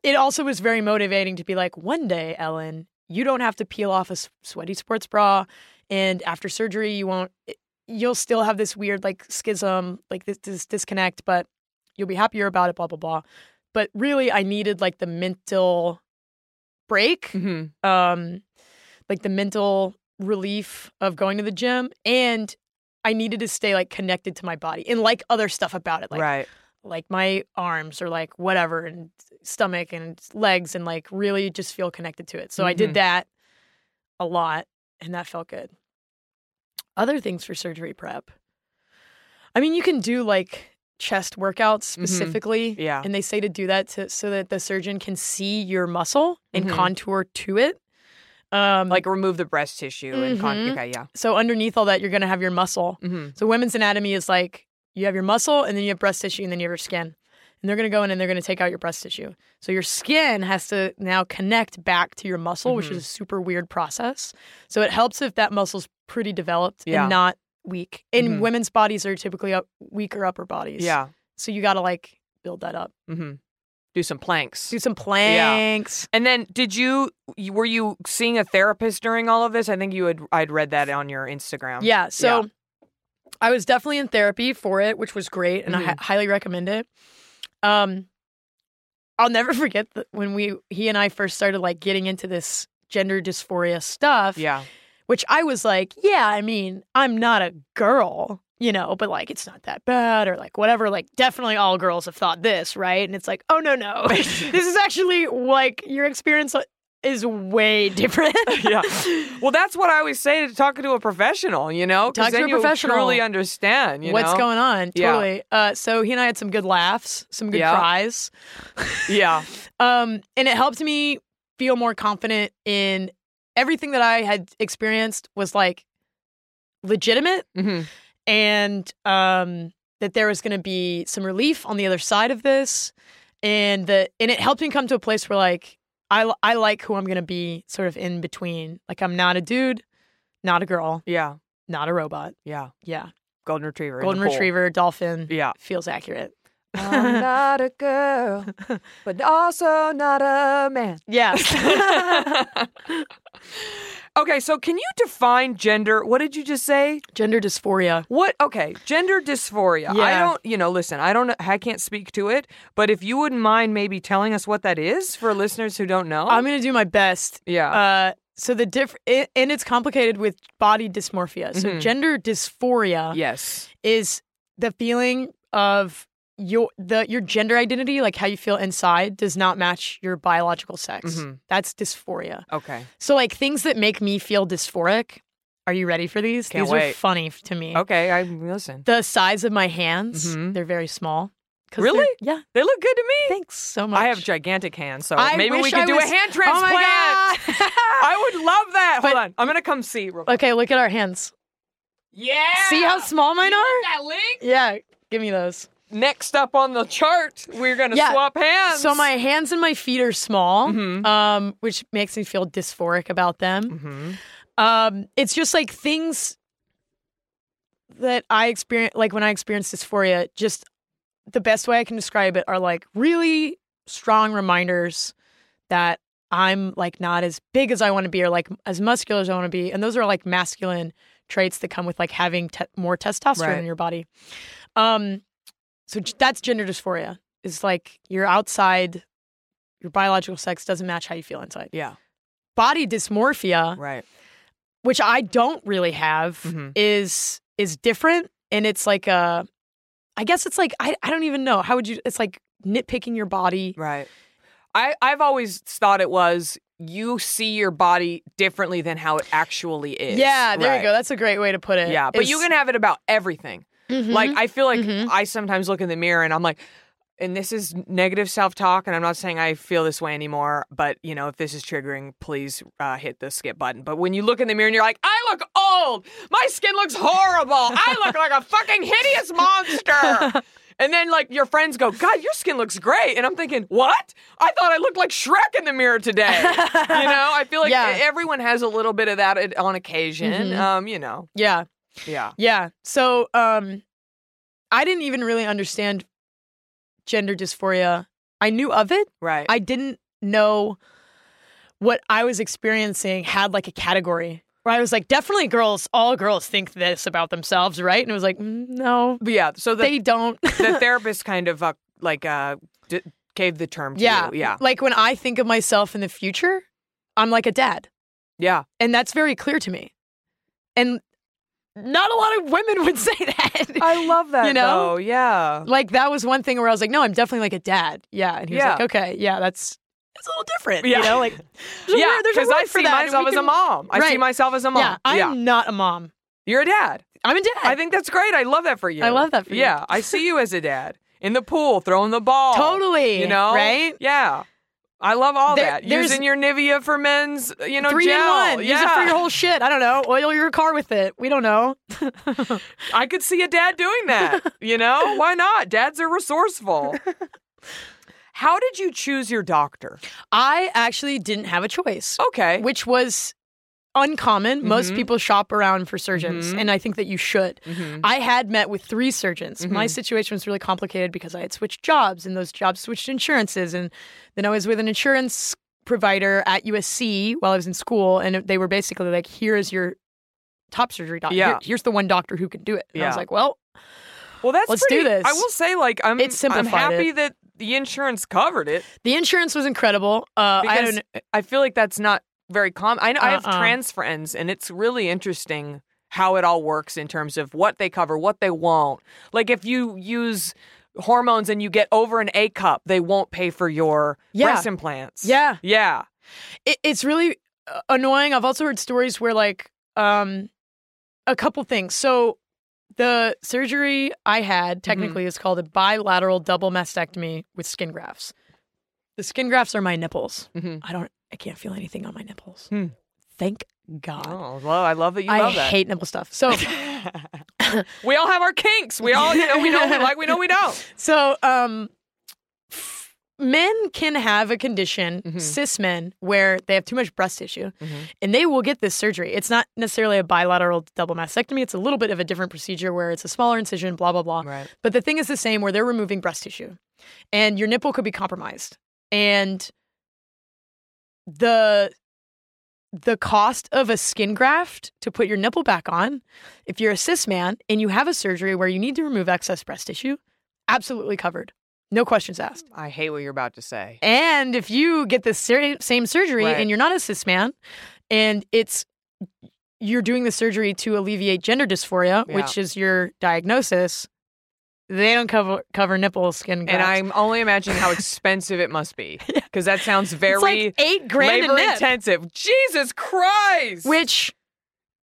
Speaker 3: It also was very motivating to be like, one day, Ellen, you don't have to peel off a s- sweaty sports bra, and after surgery, you won't. it- You'll still have this weird like schism, like this, this disconnect, but you'll be happier about it. Blah blah blah. But really, I needed like the mental break
Speaker 2: hmm
Speaker 3: um like the mental relief of going to the gym and I needed to stay like connected to my body and like other stuff about it like
Speaker 2: right.
Speaker 3: like my arms or like whatever and stomach and legs and like really just feel connected to it. So I
Speaker 2: Mhm.
Speaker 3: did that a lot and that felt good. Other things for surgery prep. I mean, you can do like chest workouts specifically.
Speaker 2: Mm-hmm. Yeah.
Speaker 3: And they say to do that to, so that the surgeon can see your muscle and
Speaker 2: Mhm.
Speaker 3: contour to it. Um,
Speaker 2: Like remove the breast tissue and con-
Speaker 3: Mhm.
Speaker 2: okay. Yeah.
Speaker 3: so underneath all that, you're going to have your muscle.
Speaker 2: hmm
Speaker 3: So women's anatomy is like you have your muscle and then you have breast tissue and then you have your skin. And they're going to go in and they're going to take out your breast tissue. So your skin has to now connect back to your muscle, which
Speaker 2: Mm-hmm.
Speaker 3: is a super weird process. So it helps if that muscle's pretty developed
Speaker 2: Yeah.
Speaker 3: and not weak. And
Speaker 2: Mhm.
Speaker 3: women's bodies are typically up, weaker upper bodies.
Speaker 2: Yeah.
Speaker 3: So you got to like build that up.
Speaker 2: hmm Do some planks.
Speaker 3: Do some planks.
Speaker 2: And then, did you you- were you seeing a therapist during all of this? I think you had I'd read that on your Instagram.
Speaker 3: Yeah. So I was definitely in therapy for it, which was great,
Speaker 2: Mm-hmm.
Speaker 3: and I hi- highly recommend it. Um, I'll never forget that when we he and I first started like getting into this gender dysphoria stuff.
Speaker 2: yeah,
Speaker 3: Which I was like, yeah, I mean, I'm not a girl, you know, but like it's not that bad or like whatever. Like definitely all girls have thought this, right? And it's like, oh no, no, this is actually like your experience is way different.
Speaker 2: yeah. Well, that's what I always say to talking to a professional. You know, 'cause
Speaker 3: Talk to
Speaker 2: then
Speaker 3: a
Speaker 2: you'll
Speaker 3: professional.
Speaker 2: Truly understand. You
Speaker 3: what's
Speaker 2: know?
Speaker 3: going on.
Speaker 2: Yeah.
Speaker 3: Totally. Uh, so he and I had some good laughs, some good
Speaker 2: Yeah.
Speaker 3: cries,
Speaker 2: Yeah,
Speaker 3: um, and it helped me feel more confident in everything that I had experienced was like legitimate,
Speaker 2: hmm
Speaker 3: and um, that there was going to be some relief on the other side of this, and that and it helped me come to a place where like. I, l- I like who I'm gonna be sort of in between. Like I'm not a dude, not a girl,
Speaker 2: yeah,
Speaker 3: not a robot.
Speaker 2: yeah.
Speaker 3: Yeah.
Speaker 2: Golden retriever. in the
Speaker 3: Golden
Speaker 2: pool.
Speaker 3: retriever, dolphin.
Speaker 2: Yeah.
Speaker 3: Feels accurate.
Speaker 2: I'm not a girl, but also not a man.
Speaker 3: Yes.
Speaker 2: Okay, so can you define gender? What did you just say?
Speaker 3: Gender dysphoria.
Speaker 2: What? Okay, gender dysphoria. I
Speaker 3: Yeah.
Speaker 2: don't, you know, listen, I don't, I can't speak to it, but if you wouldn't mind maybe telling us what that is for listeners who don't know.
Speaker 3: I'm gonna do my best.
Speaker 2: Yeah.
Speaker 3: Uh, so the diff, i and it's complicated with body dysmorphia.
Speaker 2: Mm-hmm.
Speaker 3: So gender dysphoria
Speaker 2: yes.
Speaker 3: is the feeling of your the your gender identity, like how you feel inside, does not match your biological sex.
Speaker 2: Mm-hmm.
Speaker 3: That's dysphoria.
Speaker 2: Okay.
Speaker 3: So like things that make me feel dysphoric. Are you ready for these?
Speaker 2: Can't
Speaker 3: these are
Speaker 2: wait. Oh.
Speaker 3: funny f- to me.
Speaker 2: Okay, I listen.
Speaker 3: The size of my hands, they're very small. 'Cause they're-
Speaker 2: Mm-hmm. Really?
Speaker 3: Yeah.
Speaker 2: They look good to me.
Speaker 3: Thanks so much.
Speaker 2: I have gigantic hands, so
Speaker 3: I
Speaker 2: maybe we
Speaker 3: wish
Speaker 2: could
Speaker 3: I
Speaker 2: do
Speaker 3: was-
Speaker 2: a hand
Speaker 3: Oh
Speaker 2: transplant.
Speaker 3: my
Speaker 2: I would love that.
Speaker 3: But-
Speaker 2: Hold on, I'm gonna come see. Real-
Speaker 3: Okay, look at our hands.
Speaker 2: yeah.
Speaker 3: See how small mine are?
Speaker 2: that link?
Speaker 3: Yeah, give me those.
Speaker 2: Next up on the chart, we're gonna
Speaker 3: Yeah.
Speaker 2: swap hands. Mm-hmm.
Speaker 3: So my hands and my feet are small, um, which makes me feel dysphoric about them.
Speaker 2: Mhm.
Speaker 3: Um, it's just like things that I experience, like when I experience dysphoria, just the best way I can describe it are like really strong reminders that I'm like not as big as I want to be or like as muscular as I want to be. And those are like masculine traits that come with like having te- more testosterone
Speaker 2: Right.
Speaker 3: in your body. Um, so g- that's gender dysphoria. It's like you're outside, your biological sex doesn't match how you feel inside.
Speaker 2: yeah,
Speaker 3: Body dysmorphia
Speaker 2: right.
Speaker 3: which I don't really have
Speaker 2: Mhm.
Speaker 3: is is different and it's like a I guess it's like I, I don't even know how would you it's like nitpicking your body
Speaker 2: Right. I I've always thought it was you see your body differently than how it actually is.
Speaker 3: yeah there
Speaker 2: Right.
Speaker 3: you go that's a great way to put it
Speaker 2: Yeah, but you
Speaker 3: It's-
Speaker 2: can have it about everything. Like I feel like
Speaker 3: Mhm.
Speaker 2: I sometimes look in the mirror and I'm like and this is negative self-talk and I'm not saying I feel this way anymore, but you know, if this is triggering, please uh, hit the skip button. But when you look in the mirror and you're like, "I look old. My skin looks horrible. I look like a fucking hideous monster." And then, like, your friends go, God, your skin looks great. And I'm thinking, what? I thought I looked like Shrek in the mirror today. you know, I feel like e-,
Speaker 3: Yeah.
Speaker 2: everyone has a little bit of that at- on occasion.
Speaker 3: Mhm.
Speaker 2: Um, you know,
Speaker 3: yeah
Speaker 2: yeah.
Speaker 3: yeah so um I didn't even really understand gender dysphoria I knew of it
Speaker 2: Right.
Speaker 3: I didn't know what I was experiencing had like a category where I was like definitely girls all girls think this about themselves right and it was like mm, no
Speaker 2: But yeah, so the,
Speaker 3: they don't.
Speaker 2: the therapist kind of uh, like uh, d- gave the term to
Speaker 3: yeah.
Speaker 2: you. Yeah.
Speaker 3: Like when I think of myself in the future, I'm like a dad.
Speaker 2: Yeah.
Speaker 3: And that's very clear to me. And not a lot of women would say that.
Speaker 2: I love that.
Speaker 3: You know?
Speaker 2: though. Yeah.
Speaker 3: like that was one thing where I was like, no, I'm definitely like a dad. Yeah. And he was
Speaker 2: Yeah.
Speaker 3: like, okay, yeah, that's that's a little different.
Speaker 2: Yeah.
Speaker 3: You know, like there's a
Speaker 2: yeah,
Speaker 3: word- there's a word
Speaker 2: I
Speaker 3: for
Speaker 2: see
Speaker 3: that, and
Speaker 2: myself
Speaker 3: we
Speaker 2: as a
Speaker 3: can-
Speaker 2: mom. I see
Speaker 3: Right.
Speaker 2: myself as a
Speaker 3: Yeah,
Speaker 2: mom.
Speaker 3: I'm
Speaker 2: yeah.
Speaker 3: not a mom.
Speaker 2: You're a dad.
Speaker 3: I'm a dad.
Speaker 2: I think that's great. I love that for you.
Speaker 3: I love that for you.
Speaker 2: Yeah, I see you as a dad in the pool throwing the ball.
Speaker 3: Totally,
Speaker 2: You know,
Speaker 3: right?
Speaker 2: Yeah, I love all
Speaker 3: There-
Speaker 2: that.
Speaker 3: there's-
Speaker 2: Using your Nivea for men's, you know,
Speaker 3: Three
Speaker 2: gel.
Speaker 3: in one.
Speaker 2: Yeah,
Speaker 3: Use it for your whole shit. I don't know. Oil your car with it. We don't know.
Speaker 2: I could see a dad doing that. You know, why not? Dads are resourceful. How did you choose your doctor?
Speaker 3: I actually didn't have a choice.
Speaker 2: Okay. Mm-hmm.
Speaker 3: which was uncommon. Most people shop around for surgeons, and I think that you should.
Speaker 2: Mm-hmm.
Speaker 3: I had met with three surgeons. My situation was really complicated because I had switched jobs, and those jobs switched insurances, and then I was with an insurance provider at USC while I was in school, and they were basically like, "Here is your top surgery doctor.
Speaker 2: Yeah.
Speaker 3: here's the one doctor who can do it." And I was
Speaker 2: Yeah.
Speaker 3: like, "Well,
Speaker 2: well, that's
Speaker 3: let's do
Speaker 2: pretty-
Speaker 3: this.
Speaker 2: I will say, like, I'm
Speaker 3: It simplified
Speaker 2: I'm happy
Speaker 3: it.
Speaker 2: that the insurance covered it
Speaker 3: the insurance was incredible. Uh, I
Speaker 2: because
Speaker 3: don't."
Speaker 2: I, feel like that's not very common. I know I have
Speaker 3: Uh-uh.
Speaker 2: trans friends, and it's really interesting how it all works in terms of what they cover, what they won't. Like, if you use hormones and you get over an A cup, they won't pay for your
Speaker 3: Yeah.
Speaker 2: breast implants.
Speaker 3: Yeah.
Speaker 2: yeah,
Speaker 3: it, it's really uh, annoying. I've also heard stories where like um a couple things. So the surgery I
Speaker 2: Mm-hmm.
Speaker 3: had technically is called a bilateral double mastectomy with skin grafts. The skin grafts are my nipples.
Speaker 2: Mhm.
Speaker 3: I don't I can't feel anything on my nipples.
Speaker 2: Hmm.
Speaker 3: Thank God.
Speaker 2: Oh, well, I love that you
Speaker 3: I
Speaker 2: love that.
Speaker 3: hate nipple stuff. So
Speaker 2: we all have our kinks. We all, you know, we know we like, we know we don't.
Speaker 3: so um f- men can have a condition cis men where they have too much breast tissue and they will get this surgery it's not necessarily a bilateral double mastectomy it's a little bit of a different procedure where it's a smaller incision blah blah blah
Speaker 2: Right.
Speaker 3: but the thing is the same where they're removing breast tissue and your nipple could be compromised and the the cost of a skin graft to put your nipple back on, if you're a cis man and you have a surgery where you need to remove excess breast tissue, absolutely covered. No questions asked.
Speaker 2: I hate what you're about to say.
Speaker 3: And if you get the ser- same surgery
Speaker 2: Right.
Speaker 3: and you're not a cis man, and it's you're doing the surgery to alleviate gender dysphoria,
Speaker 2: Yeah.
Speaker 3: which is your diagnosis, they don't cover cover nipple skin grafts.
Speaker 2: And I'm only imagining how expensive it must be because that sounds very
Speaker 3: it's like eight grand a
Speaker 2: labor
Speaker 3: nip,
Speaker 2: intensive. Jesus Christ!
Speaker 3: which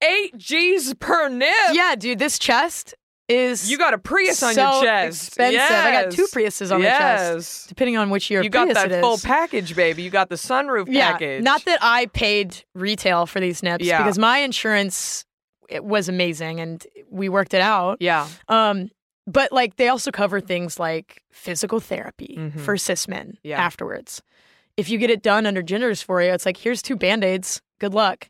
Speaker 2: eight G's per nip.
Speaker 3: yeah, dude, this chest is
Speaker 2: You got a Prius on
Speaker 3: so
Speaker 2: your chest.
Speaker 3: Expensive. I got two
Speaker 2: Yes.
Speaker 3: Priuses on
Speaker 2: yes.
Speaker 3: my chest, depending on which year
Speaker 2: You got
Speaker 3: Prius
Speaker 2: that
Speaker 3: it is.
Speaker 2: full package, baby. You got the sunroof
Speaker 3: yeah,
Speaker 2: package.
Speaker 3: not that I paid retail for these nips
Speaker 2: Yeah.
Speaker 3: because my insurance it was amazing and we worked it out.
Speaker 2: Yeah.
Speaker 3: Um, but like they also cover things like physical therapy
Speaker 2: Mhm.
Speaker 3: for cis men
Speaker 2: Yeah.
Speaker 3: afterwards. If you get it done under gender dysphoria, it's like here's two band aids. Good luck.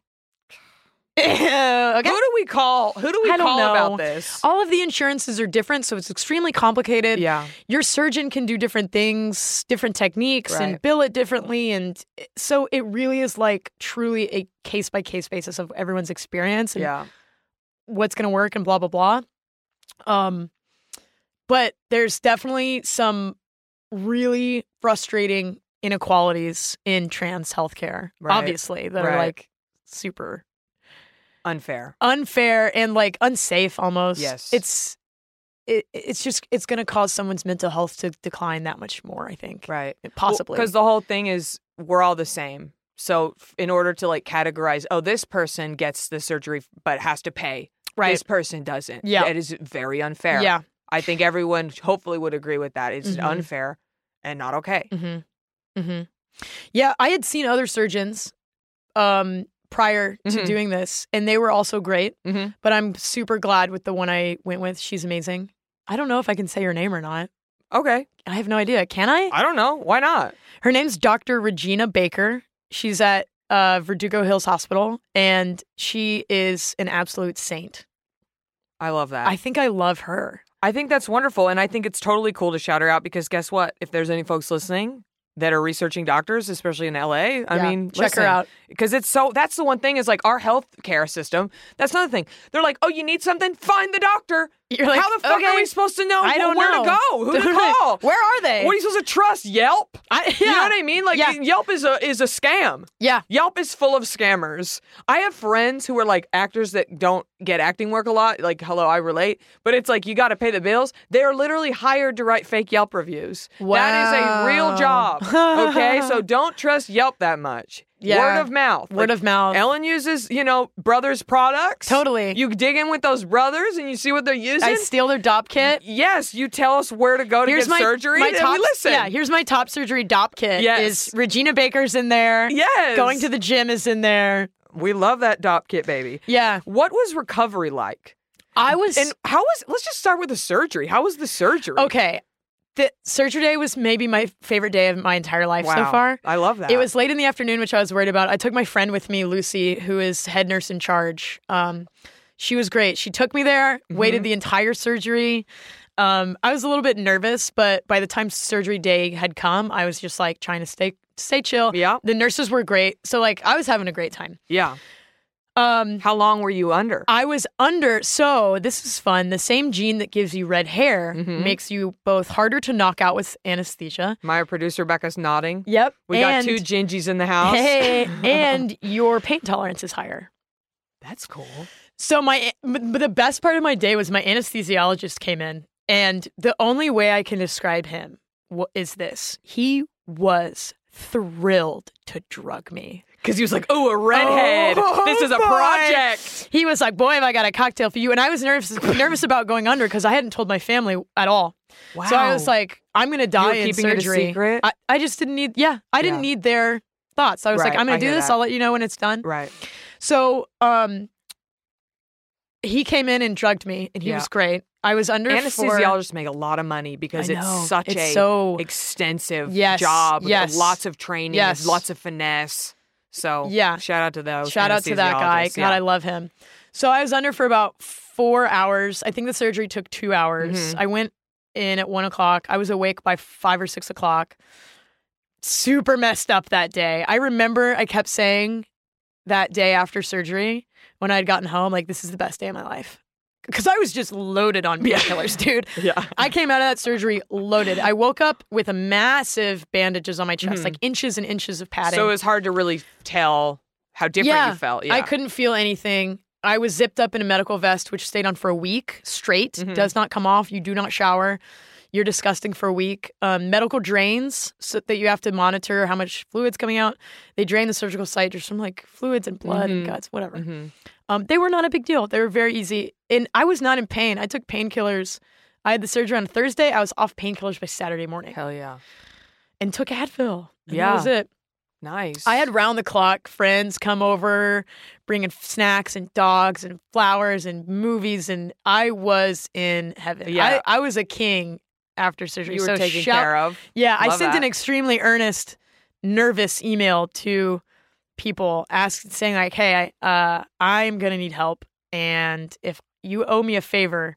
Speaker 3: okay.
Speaker 2: Who do we call? Who do we
Speaker 3: I don't
Speaker 2: call
Speaker 3: know.
Speaker 2: about this?
Speaker 3: All of the insurances are different, so it's extremely complicated.
Speaker 2: yeah.
Speaker 3: Your surgeon can do different things, different techniques, and
Speaker 2: Right.
Speaker 3: bill it differently. And so it really is like truly a case by case basis of everyone's experience. And
Speaker 2: Yeah.
Speaker 3: what's going to work and blah blah blah. Um, but there's definitely some really frustrating inequalities in trans healthcare,
Speaker 2: Right.
Speaker 3: obviously, that are
Speaker 2: Right.
Speaker 3: like super
Speaker 2: Unfair.
Speaker 3: unfair and like unsafe almost.
Speaker 2: Yes.
Speaker 3: it's it, it's just it's going to cause someone's mental health to decline that much more. I think,
Speaker 2: Right.
Speaker 3: Possibly.
Speaker 2: Because the whole thing is we're all the same. So f- in order to like categorize, oh, this person gets the surgery f- but has to pay.
Speaker 3: Right.
Speaker 2: This person doesn't.
Speaker 3: Yeah.
Speaker 2: It is very unfair.
Speaker 3: Yeah.
Speaker 2: I think everyone hopefully would agree with that. It's
Speaker 3: Mhm.
Speaker 2: unfair and not okay.
Speaker 3: Mm-hmm. Mm-hmm. Yeah, I had seen other surgeons um, prior to
Speaker 2: Mhm.
Speaker 3: doing this, and they were also great.
Speaker 2: Mhm.
Speaker 3: But I'm super glad with the one I went with. She's amazing. I don't know if I can say her name or not.
Speaker 2: Okay.
Speaker 3: I have no idea. Can I?
Speaker 2: I don't know. Why not?
Speaker 3: Her name's Dr. Regina Baker. She's at uh, Verdugo Hills Hospital, and she is an absolute saint.
Speaker 2: I love that.
Speaker 3: I think I love her.
Speaker 2: I think that's wonderful. And I think it's totally cool to shout her out because guess what? If there's any folks listening that are researching doctors, especially in LA, I
Speaker 3: Yeah,
Speaker 2: mean,
Speaker 3: check her out.
Speaker 2: Because it's so, that's the one thing is like our healthcare system. That's another thing. They're like, oh, you need something? Find the doctor.
Speaker 3: You're like,
Speaker 2: How the fuck
Speaker 3: okay,
Speaker 2: are we supposed to know
Speaker 3: I
Speaker 2: wh-
Speaker 3: don't
Speaker 2: where
Speaker 3: know.
Speaker 2: to go? Who to call?
Speaker 3: Where are they?
Speaker 2: What are you supposed to trust? Yelp?
Speaker 3: I,
Speaker 2: You know
Speaker 3: yeah.
Speaker 2: what I mean? Like
Speaker 3: Yeah.
Speaker 2: Yelp is a is a scam.
Speaker 3: Yeah.
Speaker 2: Yelp is full of scammers. I have friends who are like actors that don't get acting work a lot. Like, hello, I relate. But it's like you got to pay the bills. They are literally hired to write fake Yelp reviews. That is a real
Speaker 3: Wow.
Speaker 2: job. Okay, so don't trust Yelp that much.
Speaker 3: Yeah.
Speaker 2: Word of mouth.
Speaker 3: Word of mouth.
Speaker 2: Ellen uses, you know, brothers products.
Speaker 3: Totally.
Speaker 2: You dig in with those brothers and you see what they're using.
Speaker 3: I steal their dop kit.
Speaker 2: yes, you tell us where to go to
Speaker 3: here's
Speaker 2: get
Speaker 3: my
Speaker 2: surgery.
Speaker 3: My
Speaker 2: and
Speaker 3: top,
Speaker 2: we listen.
Speaker 3: Yeah, here's my top surgery dop kit.
Speaker 2: Yes.
Speaker 3: is Regina Baker's in there.
Speaker 2: Yes.
Speaker 3: going to the gym is in there.
Speaker 2: We love that DOP kit, baby.
Speaker 3: Yeah,
Speaker 2: What was recovery like?
Speaker 3: I was
Speaker 2: And how was, let's just start with the surgery. How was the surgery?
Speaker 3: okay. The surgery day was maybe my favorite day of my entire life
Speaker 2: Wow.
Speaker 3: so far.
Speaker 2: I love that.
Speaker 3: It was late in the afternoon, which I was worried about. I took my friend with me, Lucy, who is head nurse in charge. Um, she was great. She took me there,
Speaker 2: Mm-hmm.
Speaker 3: waited the entire surgery. Um, I was a little bit nervous, but by the time surgery day had come, I was just like trying to stay stay chill.
Speaker 2: Yeah.
Speaker 3: The nurses were great, so like I was having a great time.
Speaker 2: Yeah.
Speaker 3: Um, Uh,
Speaker 2: How long were you under?
Speaker 3: I was under. So this is fun. The same gene that gives you red hair
Speaker 2: Mhm.
Speaker 3: makes you both harder to knock out with anesthesia.
Speaker 2: My producer, Becca's nodding.
Speaker 3: Yep.
Speaker 2: We
Speaker 3: and,
Speaker 2: got two gingies in the house.
Speaker 3: Hey, and your pain tolerance is higher.
Speaker 2: That's cool.
Speaker 3: So my but the best part of my day was my anesthesiologist came in, and the only way I can describe him wa- is this: he was thrilled to drug me.
Speaker 2: Because he was like, oh, a redhead.
Speaker 3: Oh,
Speaker 2: this is a
Speaker 3: boy.
Speaker 2: project.
Speaker 3: He was like, "Boy, have I got a cocktail for you!" And I was nervous nervous about going under because I hadn't told my family at all.
Speaker 2: Wow.
Speaker 3: So I was like, "I'm going to die
Speaker 2: were
Speaker 3: in
Speaker 2: keeping it a
Speaker 3: surgery."
Speaker 2: secret?
Speaker 3: I, I just didn't need. Yeah, I didn't
Speaker 2: Yeah.
Speaker 3: need their thoughts. I was like,
Speaker 2: Right,
Speaker 3: "I'm going
Speaker 2: I
Speaker 3: to do
Speaker 2: hear
Speaker 3: this.
Speaker 2: that.
Speaker 3: I'll let you know when it's done."
Speaker 2: right.
Speaker 3: So, um, he came in and drugged me, and he
Speaker 2: Yeah.
Speaker 3: was great. I was under for
Speaker 2: Anesthesiologists make a lot of money because
Speaker 3: I know.
Speaker 2: it's such
Speaker 3: It's
Speaker 2: a
Speaker 3: so-
Speaker 2: extensive
Speaker 3: Yes,
Speaker 2: job. with
Speaker 3: yes.
Speaker 2: Lots of training,
Speaker 3: Yes.
Speaker 2: lots of finesse. So
Speaker 3: Yeah.
Speaker 2: shout out to those.
Speaker 3: shout out to that guy.
Speaker 2: anesthesiologists,
Speaker 3: God,
Speaker 2: yeah.
Speaker 3: I love him. So I was under for about four hours. I think the surgery took two hours.
Speaker 2: Mm-hmm.
Speaker 3: I went in at one o'clock. I was awake by five or six o'clock. Super messed up that day. I remember I kept saying, that day after surgery when I'd gotten home, like, this is the best day of my life. Because I was just loaded on painkillers, dude.
Speaker 2: Yeah.
Speaker 3: I came out of that surgery loaded. I woke up with a massive bandages on my chest, like inches and inches of padding.
Speaker 2: Mm-hmm. So it was hard to really tell how different you felt. Yeah.
Speaker 3: I couldn't feel anything. I was zipped up in a medical vest, which stayed on for a week straight.
Speaker 2: Mm-hmm.
Speaker 3: Does not come off. You do not shower. You're disgusting for a week. Um, medical drains so that you have to monitor how much fluid's coming out. They drain the surgical site just from like fluids and blood
Speaker 2: Mm-hmm.
Speaker 3: and guts, whatever. Um, they were not a big deal. They were very easy. And I was not in pain. I took painkillers. I had the surgery on Thursday. I was off painkillers by Saturday morning
Speaker 2: Hell yeah.
Speaker 3: and took Advil. And
Speaker 2: Yeah.
Speaker 3: That was it.
Speaker 2: Nice.
Speaker 3: I had round the clock friends come over, bringing snacks and dogs and flowers and movies, and I was in heaven.
Speaker 2: Yeah.
Speaker 3: I, I was a king after surgery.
Speaker 2: you were
Speaker 3: so
Speaker 2: taken
Speaker 3: shout-
Speaker 2: care of.
Speaker 3: Yeah, I
Speaker 2: Love
Speaker 3: sent an
Speaker 2: that.
Speaker 3: extremely earnest, nervous email to people, ask, saying like, "Hey, I uh, I'm gonna need help, and if you owe me a favor."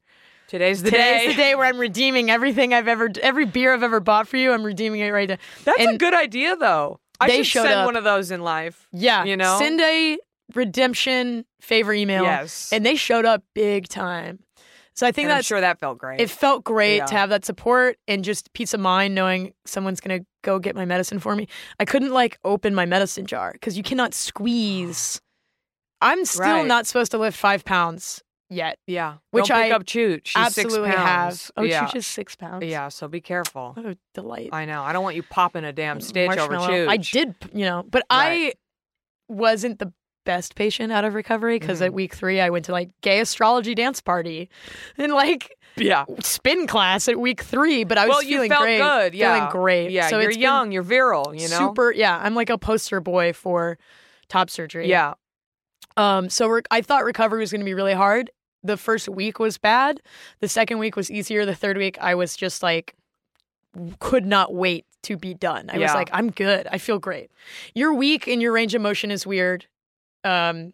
Speaker 2: Today's the
Speaker 3: Today's
Speaker 2: day.
Speaker 3: the day where I'm redeeming everything I've ever, every beer I've ever bought for you. I'm redeeming it right now.
Speaker 2: That's a
Speaker 3: And-
Speaker 2: good idea, though. I
Speaker 3: They
Speaker 2: should
Speaker 3: showed
Speaker 2: send
Speaker 3: up.
Speaker 2: one of those in life.
Speaker 3: Yeah.
Speaker 2: You know?
Speaker 3: Send a redemption favor email.
Speaker 2: Yes.
Speaker 3: And they showed up big time. So I think
Speaker 2: And I'm
Speaker 3: that's
Speaker 2: sure that felt great.
Speaker 3: it felt great
Speaker 2: Yeah.
Speaker 3: to have that support and just peace of mind knowing someone's gonna go get my medicine for me. I couldn't like open my medicine jar because you cannot squeeze. I'm still
Speaker 2: Right.
Speaker 3: not supposed to lift five pounds yet.
Speaker 2: yeah.
Speaker 3: which
Speaker 2: Don't pick
Speaker 3: I
Speaker 2: up Chooch. She's
Speaker 3: Absolutely
Speaker 2: six
Speaker 3: have.
Speaker 2: pounds.
Speaker 3: Oh,
Speaker 2: yeah.
Speaker 3: she's just six pounds.
Speaker 2: Yeah, so be careful.
Speaker 3: What a delight.
Speaker 2: I know. I don't want you popping a damn stitch over
Speaker 3: Marshmallow.
Speaker 2: Chooch.
Speaker 3: I did, p- you know, but
Speaker 2: Right.
Speaker 3: I wasn't the best patient out of recovery because
Speaker 2: Mhm.
Speaker 3: at week three I went to like gay astrology dance party and like
Speaker 2: Yeah.
Speaker 3: spin class at week three, but I was
Speaker 2: well, you
Speaker 3: feeling
Speaker 2: felt
Speaker 3: great,
Speaker 2: good. Yeah.
Speaker 3: feeling great.
Speaker 2: Yeah.
Speaker 3: so
Speaker 2: you're
Speaker 3: it's been
Speaker 2: young. You're virile. You know.
Speaker 3: super. Yeah, I'm like a poster boy for top surgery.
Speaker 2: Yeah.
Speaker 3: Um. So re- I thought recovery was going to be really hard. The first week was bad. The second week was easier. The third week I was just like could not wait to be done. I was
Speaker 2: Yeah.
Speaker 3: like, I'm good. I feel great. You're weak and your range of motion is weird. Um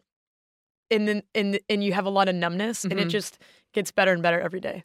Speaker 3: and then and and you have a lot of numbness and it
Speaker 2: Mhm.
Speaker 3: just gets better and better every day.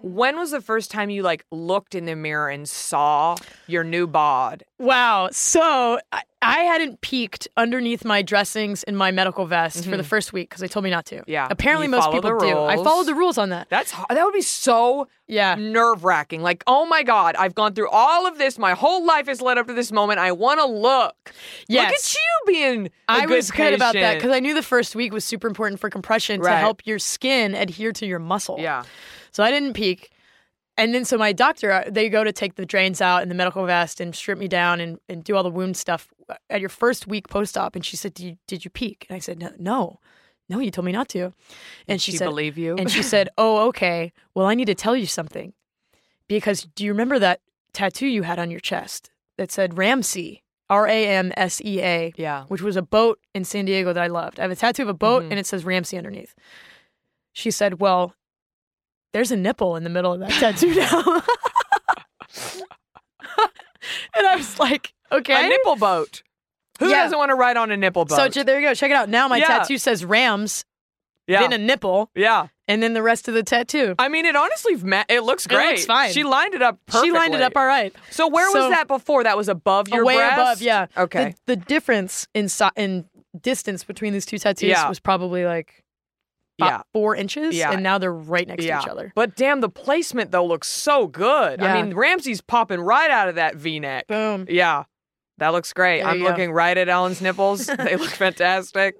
Speaker 2: When was the first time you like looked in the mirror and saw your new bod?
Speaker 3: Wow. So I, I hadn't peeked underneath my dressings in my medical vest for the first week because they told me not to.
Speaker 2: Mm-hmm. Yeah.
Speaker 3: Apparently
Speaker 2: You
Speaker 3: most
Speaker 2: follow the
Speaker 3: people do. I
Speaker 2: rules.
Speaker 3: followed the rules on that.
Speaker 2: That's h- that would be so
Speaker 3: Yeah.
Speaker 2: nerve wracking. Like, oh my god, I've gone through all of this. My whole life has led up to this moment. I want to look. Look at
Speaker 3: Yes.
Speaker 2: you being. a
Speaker 3: I
Speaker 2: good
Speaker 3: was good about that
Speaker 2: patient.
Speaker 3: because I knew the first week was super important for compression to
Speaker 2: Right.
Speaker 3: help your skin adhere to your muscle.
Speaker 2: yeah,
Speaker 3: So I didn't peak. And then so my doctor, uh, they go to take the drains out and the medical vest and strip me down and, and do all the wound stuff uh, at your first week post op. And she said, did you, did you peak? And I said, no, no, no, you told me not to. And she,
Speaker 2: she
Speaker 3: said,
Speaker 2: believe you?
Speaker 3: And she said, oh, okay. Well, I need to tell you something because do you remember that tattoo you had on your chest that said Ramsey, R A M S E A?
Speaker 2: yeah. Mm-hmm.
Speaker 3: which was a boat in San Diego that I loved. I have a tattoo of a boat and it says Ramsey underneath. She said, Well, there's a nipple in the middle of that tattoo now. and I was like, Okay.
Speaker 2: A nipple boat. Who
Speaker 3: Yeah.
Speaker 2: doesn't want to ride on a nipple boat?
Speaker 3: So j- there you go. Check it out. Now my
Speaker 2: Yeah.
Speaker 3: tattoo says Rams,
Speaker 2: yeah.
Speaker 3: then a nipple,
Speaker 2: yeah.
Speaker 3: and then the rest of the tattoo.
Speaker 2: I mean, it honestly, ma- it looks
Speaker 3: It looks
Speaker 2: great.
Speaker 3: fine.
Speaker 2: She lined it up perfectly.
Speaker 3: She lined it up all right.
Speaker 2: So where
Speaker 3: So-
Speaker 2: was that before? That was above your
Speaker 3: way
Speaker 2: breast?
Speaker 3: above, yeah.
Speaker 2: Okay.
Speaker 3: The, the difference in si- in distance between these two tattoos
Speaker 2: Yeah.
Speaker 3: was probably like about
Speaker 2: yeah.
Speaker 3: four inches,
Speaker 2: Yeah.
Speaker 3: and now they're right next
Speaker 2: Yeah.
Speaker 3: to each other.
Speaker 2: But damn, the placement though looks so good.
Speaker 3: Yeah.
Speaker 2: I mean, Ramsey's popping right out of that V-neck.
Speaker 3: Boom.
Speaker 2: Yeah. That looks great.
Speaker 3: There
Speaker 2: I'm
Speaker 3: you go.
Speaker 2: looking right at Ellen's nipples. they look fantastic.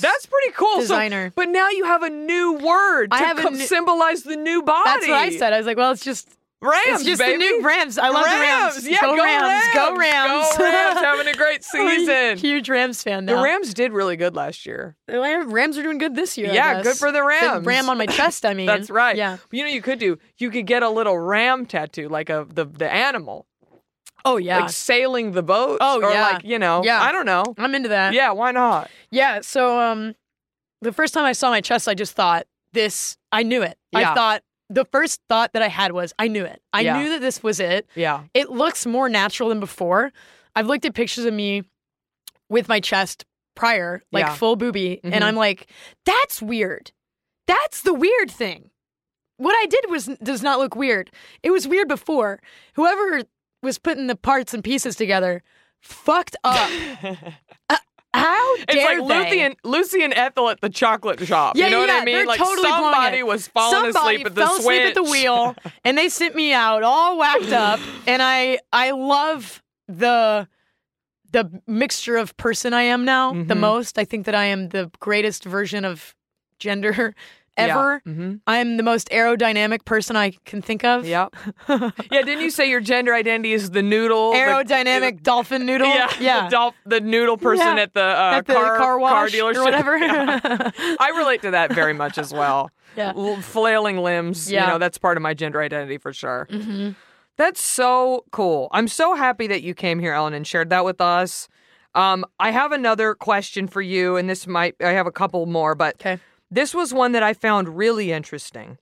Speaker 2: That's pretty cool. So-
Speaker 3: Designer.
Speaker 2: but now you have a new word to
Speaker 3: I have a
Speaker 2: co-
Speaker 3: new-
Speaker 2: symbolize the new body.
Speaker 3: That's what I said. I was like, well, it's just
Speaker 2: Rams,
Speaker 3: it's just
Speaker 2: baby.
Speaker 3: the new Rams. I love the Rams.
Speaker 2: Yeah,
Speaker 3: go, Rams. Go
Speaker 2: Go
Speaker 3: Rams.
Speaker 2: Rams. Having a great season.
Speaker 3: Huge Rams fan now.
Speaker 2: The Rams did really good last year.
Speaker 3: The Ram- Rams are doing good this year. I
Speaker 2: Yeah,
Speaker 3: guess.
Speaker 2: good for the Rams.
Speaker 3: Big Ram on my chest. I mean,
Speaker 2: That's right.
Speaker 3: Yeah.
Speaker 2: You know, you could do. You could get a little ram tattoo, like a the the animal,
Speaker 3: Oh yeah.
Speaker 2: like sailing the boat.
Speaker 3: Oh,
Speaker 2: or
Speaker 3: yeah.
Speaker 2: like you know.
Speaker 3: Yeah. Mm-hmm.
Speaker 2: I don't know.
Speaker 3: I'm into that.
Speaker 2: Yeah, why not?
Speaker 3: Yeah. So um, the first time I saw my chest, I just thought this. I knew it.
Speaker 2: Yeah.
Speaker 3: I thought the first thought that I had was I knew it. I
Speaker 2: Yeah.
Speaker 3: knew that this was it.
Speaker 2: Yeah,
Speaker 3: It looks more natural than before. I've looked at pictures of me with my chest prior, like
Speaker 2: Yeah.
Speaker 3: full booby,
Speaker 2: Mhm.
Speaker 3: and I'm like, that's weird. That's the weird thing. What I did was does not look weird. It was weird before. Whoever was putting the parts and pieces together fucked up. Uh, how
Speaker 2: it's
Speaker 3: dare
Speaker 2: like
Speaker 3: they?
Speaker 2: Lucy and Lucy and Ethel at the chocolate shop.
Speaker 3: Yeah,
Speaker 2: Uh, you know
Speaker 3: yeah,
Speaker 2: what I mean?
Speaker 3: They're
Speaker 2: like
Speaker 3: totally blowing
Speaker 2: somebody
Speaker 3: it.
Speaker 2: was falling
Speaker 3: somebody
Speaker 2: asleep at the
Speaker 3: fell asleep at the
Speaker 2: switch.
Speaker 3: wheel, and they sent me out all whacked up. And I, I love the the mixture of person I am now the
Speaker 2: Mhm.
Speaker 3: most. I think that I am the greatest version of gender ever.
Speaker 2: Yeah. Mhm.
Speaker 3: I am the most aerodynamic person I can think of.
Speaker 2: Yep. yeah. Didn't you say your gender identity is the noodle? the-
Speaker 3: Aerodynamic dolphin noodle.
Speaker 2: yeah. The, dolph- the noodle person
Speaker 3: Yeah.
Speaker 2: at the, uh,
Speaker 3: At the
Speaker 2: car,
Speaker 3: car wash or
Speaker 2: dealership
Speaker 3: whatever.
Speaker 2: Yeah. I relate to that very much as well.
Speaker 3: Yeah.
Speaker 2: L- flailing limbs.
Speaker 3: Yeah. Mm-hmm.
Speaker 2: You know, that's part of my gender identity for sure. That's so cool. I'm so happy that you came here, Ellen, and shared that with us. Um, I have another question for you, and this might, I have a couple more, but
Speaker 3: Okay.
Speaker 2: this was one that I found really interesting.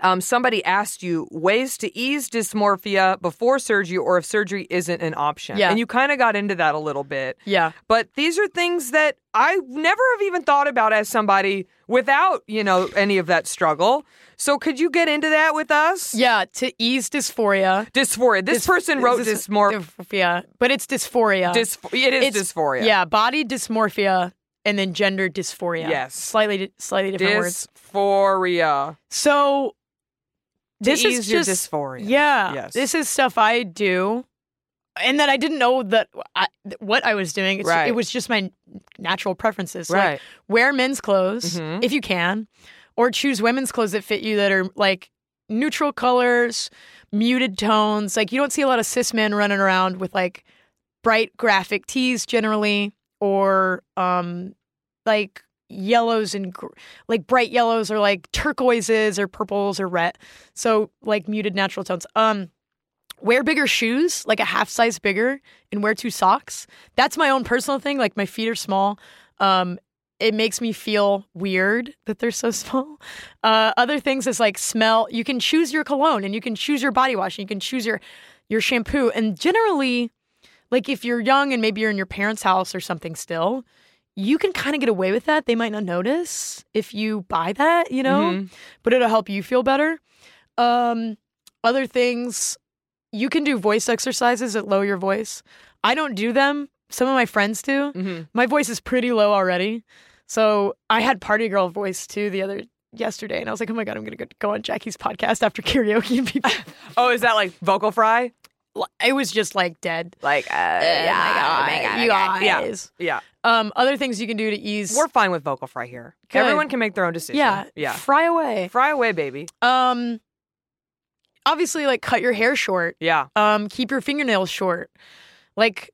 Speaker 2: Um, somebody asked you ways to ease dysmorphia before surgery or if surgery isn't an option.
Speaker 3: Yeah.
Speaker 2: And you kind of got into that a little bit.
Speaker 3: Yeah.
Speaker 2: But these are things that I never have even thought about as somebody without, you know, any of that struggle. So could you get into that with us?
Speaker 3: Yeah. To ease dysphoria.
Speaker 2: Dysphoria. This person wrote
Speaker 3: Dys-
Speaker 2: dysmor-
Speaker 3: Dysphoria, but it's dysphoria.
Speaker 2: dysph- it is
Speaker 3: It's-
Speaker 2: dysphoria.
Speaker 3: Yeah, body dysmorphia and then gender dysphoria.
Speaker 2: Yes.
Speaker 3: slightly, di- slightly different words.
Speaker 2: Dysphoria.
Speaker 3: So
Speaker 2: To
Speaker 3: this
Speaker 2: ease
Speaker 3: is
Speaker 2: your
Speaker 3: just
Speaker 2: dysphoria.
Speaker 3: yeah.
Speaker 2: Yes.
Speaker 3: This is stuff I do, and that I didn't know that I, th- what I was doing. It's-
Speaker 2: Right.
Speaker 3: It was just my natural preferences. So,
Speaker 2: Right.
Speaker 3: Like, wear men's clothes
Speaker 2: Mhm.
Speaker 3: if you can, or choose women's clothes that fit you that are like neutral colors, muted tones. Like you don't see a lot of cis men running around with like bright graphic tees generally, or um like yellows and gr- like bright yellows or like turquoises or purples or red. So like muted natural tones. Um wear bigger shoes, like a half size bigger, and wear two socks. That's my own personal thing. Like my feet are small. Um, it makes me feel weird that they're so small. Uh, other things is like smell. You can choose your cologne, and you can choose your body wash, and you can choose your your shampoo. And generally, like if you're young and maybe you're in your parents' house or something still. You can kind of get away with that. They might not notice if you buy that, you know,
Speaker 2: Mhm.
Speaker 3: but it'll help you feel better. Um, other things, you can do voice exercises that lower your voice. I don't do them. Some of my friends do.
Speaker 2: Mhm.
Speaker 3: My voice is pretty low already. So I had party girl voice too the other yesterday, and I was like, oh my god, I'm gonna go- go on Jackie's podcast after karaoke. And people,
Speaker 2: Oh, is that like vocal fry?
Speaker 3: it was just like dead.
Speaker 2: Like, uh,
Speaker 3: Oh you
Speaker 2: Yeah.
Speaker 3: guys.
Speaker 2: Yeah.
Speaker 3: Um, other things you can do to ease.
Speaker 2: We're fine with vocal fry here.
Speaker 3: Good.
Speaker 2: Everyone can make their own decision.
Speaker 3: yeah,
Speaker 2: Yeah.
Speaker 3: fry away.
Speaker 2: Fry away, baby.
Speaker 3: Um, obviously, like cut your hair short.
Speaker 2: Yeah.
Speaker 3: um, keep your fingernails short. Like,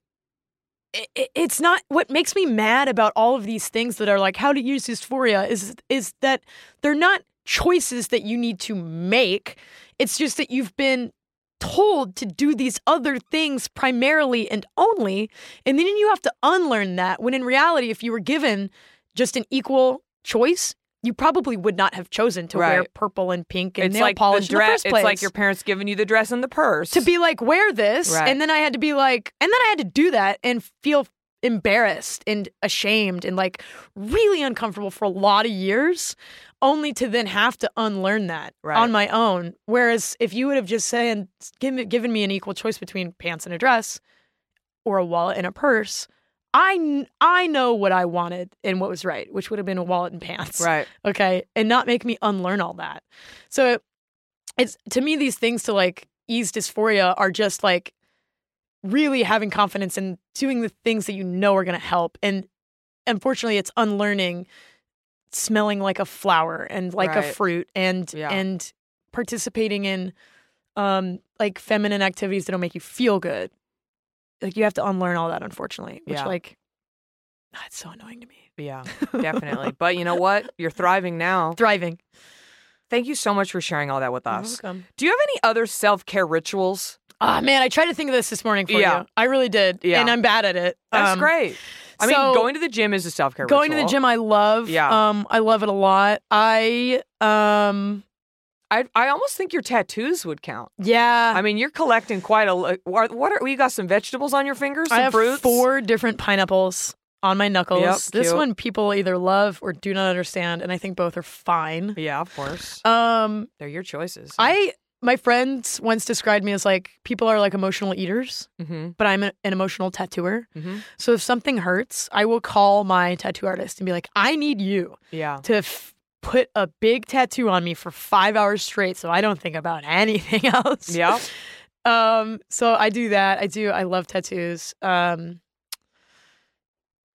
Speaker 3: i i- it's not what makes me mad about all of these things that are like how to use dysphoria is is that they're not choices that you need to make. It's just that you've been told to do these other things primarily and only, and then you have to unlearn that. When in reality, if you were given just an equal choice. You probably would not have chosen to wear
Speaker 2: Right.
Speaker 3: purple and pink and
Speaker 2: it's
Speaker 3: nail
Speaker 2: like
Speaker 3: polish
Speaker 2: the dress.
Speaker 3: in the first place
Speaker 2: it's like your parents giving you the dress and the purse.
Speaker 3: to be like wear this
Speaker 2: Right.
Speaker 3: and then i had to be like and then i had to do that and feel embarrassed and ashamed and like really uncomfortable for a lot of years only to then have to unlearn that
Speaker 2: Right.
Speaker 3: on my own whereas if you would have just said given, given me an equal choice between pants and a dress or a wallet and a purse I, kn- I know what I wanted and what was right, which would have been a wallet and pants
Speaker 2: right.
Speaker 3: okay and not make me unlearn all that so it's to me these things to like ease dysphoria are just like really having confidence in doing the things that you know are going to help and unfortunately it's unlearning smelling like a flower and like a
Speaker 2: Right.
Speaker 3: fruit and
Speaker 2: Yeah.
Speaker 3: and participating in um like feminine activities that'll make you feel good like you have to unlearn all that, unfortunately. Which
Speaker 2: Yeah.
Speaker 3: like that's so annoying to me.
Speaker 2: Yeah, definitely. but you know what? You're thriving now.
Speaker 3: Thriving.
Speaker 2: Thank you so much for sharing all that with
Speaker 3: You're
Speaker 2: us.
Speaker 3: welcome.
Speaker 2: Do you have any other self care rituals?
Speaker 3: Ah man, I tried to think of this this morning for
Speaker 2: Yeah.
Speaker 3: you. I really did.
Speaker 2: Yeah.
Speaker 3: And I'm bad at it.
Speaker 2: That's
Speaker 3: Um,
Speaker 2: great. I mean,
Speaker 3: so-
Speaker 2: going to the gym is a self care.
Speaker 3: Going to the gym I love.
Speaker 2: Yeah.
Speaker 3: Um I love it a lot. I um
Speaker 2: I I almost think your tattoos would count.
Speaker 3: yeah.
Speaker 2: I mean, you're collecting quite a. lo- What are, what are you got? Some vegetables on your fingers? Some
Speaker 3: I have
Speaker 2: fruits?
Speaker 3: four different pineapples on my knuckles.
Speaker 2: Yep,
Speaker 3: this
Speaker 2: cute.
Speaker 3: one people either love or do not understand, and I think both are fine.
Speaker 2: Yeah, of course.
Speaker 3: Um,
Speaker 2: They're your choices.
Speaker 3: I my friends once described me as like people are like emotional eaters,
Speaker 2: Mm-hmm.
Speaker 3: but I'm a- an emotional tattooer.
Speaker 2: Mhm.
Speaker 3: So if something hurts, I will call my tattoo artist and be like, "I need you
Speaker 2: Yeah.
Speaker 3: to." F- Put a big tattoo on me for five hours straight, so I don't think about anything else.
Speaker 2: Yeah.
Speaker 3: Um, so I do that. I do. I love tattoos. Um,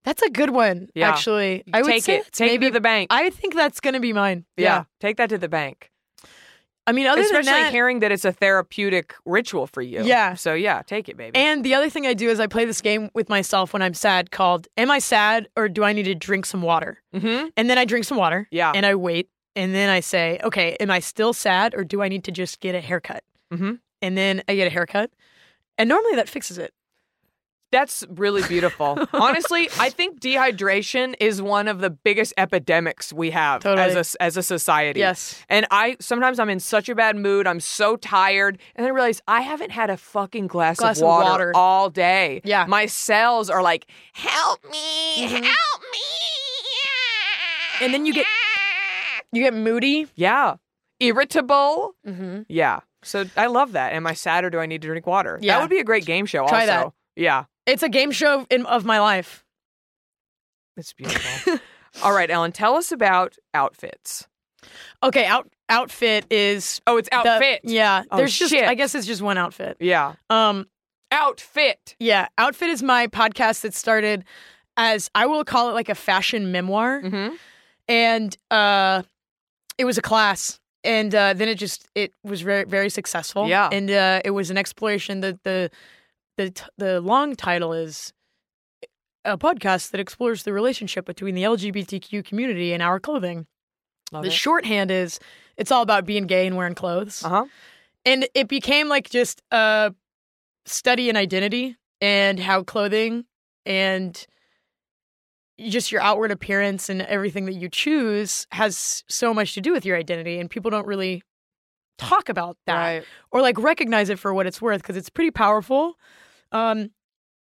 Speaker 3: that's a good one,
Speaker 2: Yeah.
Speaker 3: actually. I would
Speaker 2: Take
Speaker 3: say
Speaker 2: it.
Speaker 3: that's
Speaker 2: Take
Speaker 3: maybe
Speaker 2: it to the bank.
Speaker 3: I think that's gonna be mine.
Speaker 2: yeah. Take that to the bank.
Speaker 3: I mean, other
Speaker 2: Especially
Speaker 3: than that,
Speaker 2: hearing that it's a therapeutic ritual for you.
Speaker 3: Yeah.
Speaker 2: So yeah, take it, baby.
Speaker 3: and the other thing I do is I play this game with myself when I'm sad called "Am I sad or do I need to drink some water?"
Speaker 2: mm-hmm.
Speaker 3: And then I drink some water.
Speaker 2: Yeah.
Speaker 3: And I wait, and then I say, "Okay, am I still sad or do I need to just get a haircut?"
Speaker 2: Mhm.
Speaker 3: And then I get a haircut, and normally that fixes it.
Speaker 2: That's really beautiful. Honestly, I think dehydration is one of the biggest epidemics we have
Speaker 3: Totally.
Speaker 2: as a as a society.
Speaker 3: Yes.
Speaker 2: And I sometimes I'm in such a bad mood. I'm so tired, and then I realize I haven't had a fucking glass,
Speaker 3: Glass
Speaker 2: of,
Speaker 3: of
Speaker 2: water
Speaker 3: water.
Speaker 2: all day.
Speaker 3: Yeah. Mm-hmm.
Speaker 2: my cells are like, help me, help me.
Speaker 3: And then you get you get moody.
Speaker 2: Yeah, irritable.
Speaker 3: Mm-hmm.
Speaker 2: Yeah. So I love that. Am I sad or do I need to drink water?
Speaker 3: Yeah.
Speaker 2: That would be a great game show.
Speaker 3: Try
Speaker 2: also.
Speaker 3: that.
Speaker 2: Yeah.
Speaker 3: It's a game show in, of my life.
Speaker 2: It's beautiful. All right, Ellen, tell us about outfits.
Speaker 3: Okay, out outfit is
Speaker 2: Oh, it's
Speaker 3: the-
Speaker 2: outfit.
Speaker 3: yeah,
Speaker 2: Oh,
Speaker 3: there's just
Speaker 2: shit.
Speaker 3: I guess it's just one outfit.
Speaker 2: Yeah.
Speaker 3: Um,
Speaker 2: Outfit.
Speaker 3: yeah, outfit is my podcast that started as I will call it like a fashion memoir,
Speaker 2: Mm-hmm.
Speaker 3: and uh, it was a class, and uh, then it just it was very very successful.
Speaker 2: Yeah.
Speaker 3: and uh, it was an exploration. The the the t- the long title is a podcast that explores the relationship between the LGBTQ community and our clothing.
Speaker 2: Love
Speaker 3: the
Speaker 2: it.
Speaker 3: shorthand is it's all about being gay and wearing clothes.
Speaker 2: Uh huh.
Speaker 3: And it became like just a study in identity and how clothing and just your outward appearance and everything that you choose has so much to do with your identity. And people don't really talk about that
Speaker 2: Right.
Speaker 3: or like recognize it for what it's worth because it's pretty powerful. Um,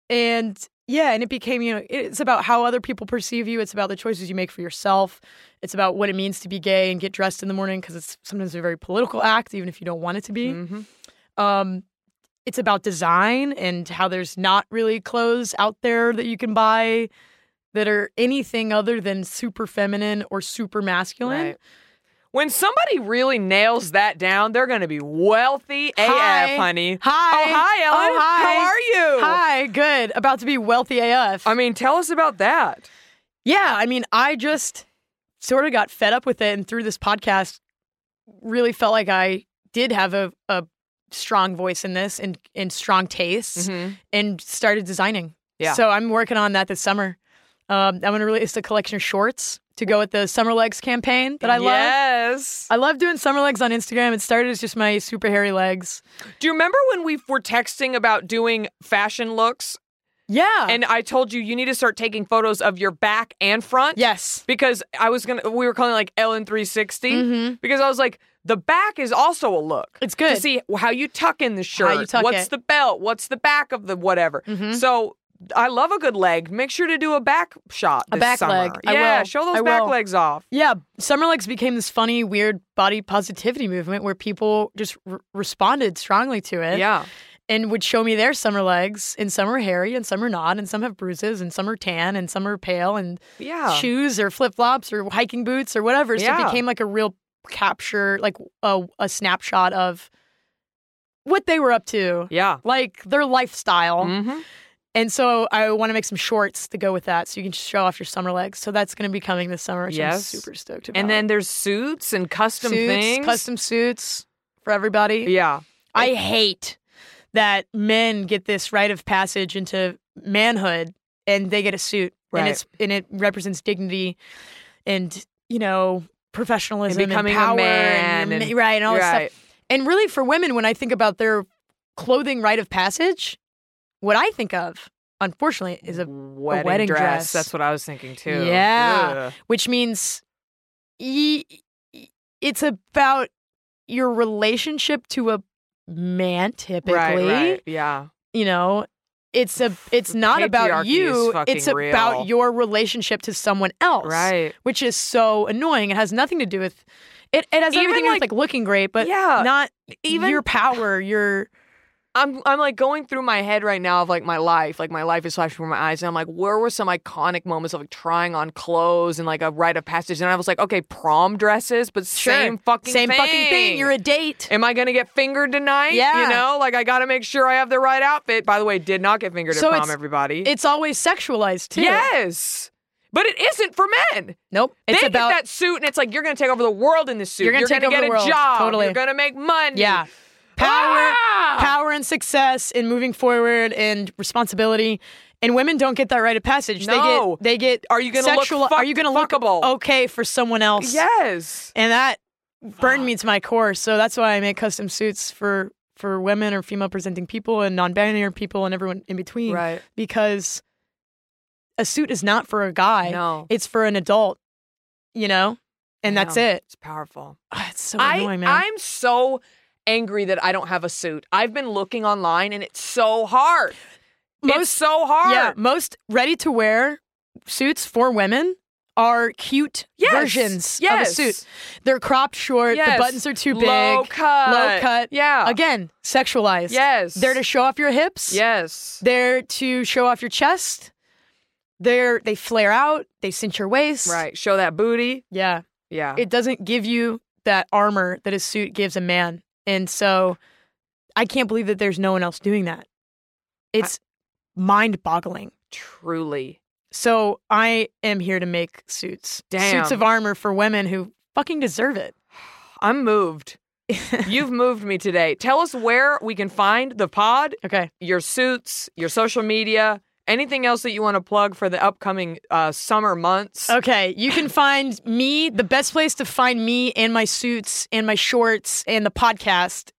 Speaker 3: and yeah, and it became you know it's about how other people perceive you. It's about the choices you make for yourself. It's about what it means to be gay and get dressed in the morning because it's sometimes a very political act, even if you don't want it to be.
Speaker 2: Mm-hmm.
Speaker 3: Um, it's about design and how there's not really clothes out there that you can buy that are anything other than super feminine or super masculine.
Speaker 2: Right. When somebody really nails that down, they're going to be wealthy
Speaker 3: Hi.
Speaker 2: AF, honey.
Speaker 3: Hi.
Speaker 2: Oh, hi, Ellen.
Speaker 3: Oh, hi.
Speaker 2: How are you?
Speaker 3: Hi, good. About to be wealthy AF.
Speaker 2: I mean, tell us about that.
Speaker 3: Yeah, I mean, I just sort of got fed up with it, and through this podcast, really felt like I did have a, a strong voice in this and and strong tastes,
Speaker 2: Mhm.
Speaker 3: and started designing.
Speaker 2: Yeah.
Speaker 3: So I'm working on that this summer. Um, I'm gonna release a collection of shorts to go with the Summer Legs campaign that I love. Uh,
Speaker 2: yes.
Speaker 3: I love doing summer legs on Instagram. It started as just my super hairy legs.
Speaker 2: Do you remember when we were texting about doing fashion looks
Speaker 3: Yeah.
Speaker 2: and I told you you need to start taking photos of your back and front?
Speaker 3: yes.
Speaker 2: because I was gonna. We were calling it like Ellen 360
Speaker 3: Mhm.
Speaker 2: because I was like, the back is also a look.
Speaker 3: It's good.
Speaker 2: to see how you tuck in the shirt.
Speaker 3: you tuck
Speaker 2: what's
Speaker 3: it. Mm-hmm.
Speaker 2: the belt? What's the back of the whatever? So. I love a good leg. Make sure to do a back shot.
Speaker 3: A
Speaker 2: this
Speaker 3: back
Speaker 2: summer.
Speaker 3: leg. I
Speaker 2: Yeah,
Speaker 3: will.
Speaker 2: show those
Speaker 3: I
Speaker 2: back
Speaker 3: will.
Speaker 2: legs off.
Speaker 3: Yeah, summer legs became this funny, weird body positivity movement where people just r- responded strongly to it.
Speaker 2: Yeah,
Speaker 3: and would show me their summer legs, and some are hairy, and some are not, and some have bruises, and some are tan, and some are pale, and
Speaker 2: yeah.
Speaker 3: shoes or flip flops or hiking boots or whatever. So
Speaker 2: Yeah.
Speaker 3: it became like a real capture, like a, a snapshot of what they were up to,
Speaker 2: Yeah.
Speaker 3: like their lifestyle.
Speaker 2: hmm
Speaker 3: And so I want to make some shorts to go with that, so you can show off your summer legs. So that's going to be coming this summer, which I'm
Speaker 2: Yes.
Speaker 3: super stoked about.
Speaker 2: And then there's suits and custom
Speaker 3: suits,
Speaker 2: things.
Speaker 3: custom suits for everybody.
Speaker 2: Yeah.
Speaker 3: I hate that men get this rite of passage into manhood and they get a suit
Speaker 2: Right.
Speaker 3: and it's and it represents dignity and you know professionalism and,
Speaker 2: becoming a
Speaker 3: power
Speaker 2: man
Speaker 3: and,
Speaker 2: and-
Speaker 3: right and all this
Speaker 2: right.
Speaker 3: stuff. And really for women when I think about their clothing rite of passage, what I think of unfortunately is a
Speaker 2: wedding,
Speaker 3: wedding
Speaker 2: dress.
Speaker 3: dress.
Speaker 2: That's what I was thinking too.
Speaker 3: Yeah.
Speaker 2: Ugh.
Speaker 3: which means y- y- it's about your relationship to a man typically
Speaker 2: Right, right. Yeah.
Speaker 3: you know it's a it's not about
Speaker 2: patriarchy
Speaker 3: you
Speaker 2: is fucking
Speaker 3: it's about
Speaker 2: real.
Speaker 3: your relationship to someone else
Speaker 2: Right.
Speaker 3: which is so annoying it has nothing to do with it it has
Speaker 2: Even,
Speaker 3: everything
Speaker 2: like-
Speaker 3: with like looking great but
Speaker 2: Yeah.
Speaker 3: not
Speaker 2: even-
Speaker 3: your power your
Speaker 2: I'm I'm like going through my head right now of like my life. Like my life is flashing before my eyes and I'm like, where were some iconic moments of like trying on clothes and like a rite of passage? And I was like, okay, prom dresses, but same fucking
Speaker 3: same
Speaker 2: thing.
Speaker 3: fucking thing you're a date
Speaker 2: Am I gonna get fingered tonight? You
Speaker 3: Yeah.
Speaker 2: know, like I gotta make sure I have the right outfit. By the way, did not get fingered
Speaker 3: So
Speaker 2: at prom,
Speaker 3: it's-
Speaker 2: everybody.
Speaker 3: it's always sexualized too
Speaker 2: yes. But it isn't for men.
Speaker 3: nope it's
Speaker 2: they
Speaker 3: about
Speaker 2: get that suit, and it's like you're gonna take over the world in this suit.
Speaker 3: You're gonna take
Speaker 2: get
Speaker 3: over
Speaker 2: a
Speaker 3: the world,
Speaker 2: job.
Speaker 3: totally.
Speaker 2: You're gonna make money.
Speaker 3: Yeah. Power,
Speaker 2: Ah!
Speaker 3: power and success in moving forward and responsibility. And women don't get that rite of passage.
Speaker 2: No.
Speaker 3: They get they get
Speaker 2: Are you gonna look
Speaker 3: sexual
Speaker 2: fuck-
Speaker 3: are you gonna look
Speaker 2: fuckable?
Speaker 3: okay for someone else?
Speaker 2: Yes.
Speaker 3: And that burned me to my core. So that's why I make custom suits for for women or female presenting people and non binary people and everyone in between.
Speaker 2: Right.
Speaker 3: Because a suit is not for a guy.
Speaker 2: No.
Speaker 3: It's for an adult, you know? And that's
Speaker 2: Damn.
Speaker 3: it.
Speaker 2: It's powerful.
Speaker 3: Ah, it's so
Speaker 2: I,
Speaker 3: annoying, man.
Speaker 2: I'm so angry that I don't have a suit. I've been looking online and it's so hard. it's
Speaker 3: Most-
Speaker 2: so hard.
Speaker 3: Yeah, most ready to wear suits for women are cute
Speaker 2: Yes.
Speaker 3: versions
Speaker 2: Yes.
Speaker 3: of a suit. They're cropped short,
Speaker 2: Yes.
Speaker 3: the buttons are too big,
Speaker 2: Low cut.
Speaker 3: low cut.
Speaker 2: Yeah.
Speaker 3: Again, sexualized.
Speaker 2: Yes.
Speaker 3: They're to show off your hips.
Speaker 2: Yes.
Speaker 3: They're to show off your chest. They're they flare out, they cinch your waist.
Speaker 2: Right. Show that booty.
Speaker 3: Yeah.
Speaker 2: Yeah.
Speaker 3: It doesn't give you that armor that a suit gives a man. And so I can't believe that there's no one else doing that. It's mind-boggling.
Speaker 2: truly.
Speaker 3: So I am here to make suits.
Speaker 2: Damn.
Speaker 3: Suits of armor for women who fucking deserve it.
Speaker 2: I'm moved. You've moved me today. Tell us where we can find the pod,
Speaker 3: Okay.
Speaker 2: your suits, your social media, anything else that you want to plug for the upcoming uh, summer months.
Speaker 3: Okay. You can find me, the best place to find me and my suits and my shorts and the podcast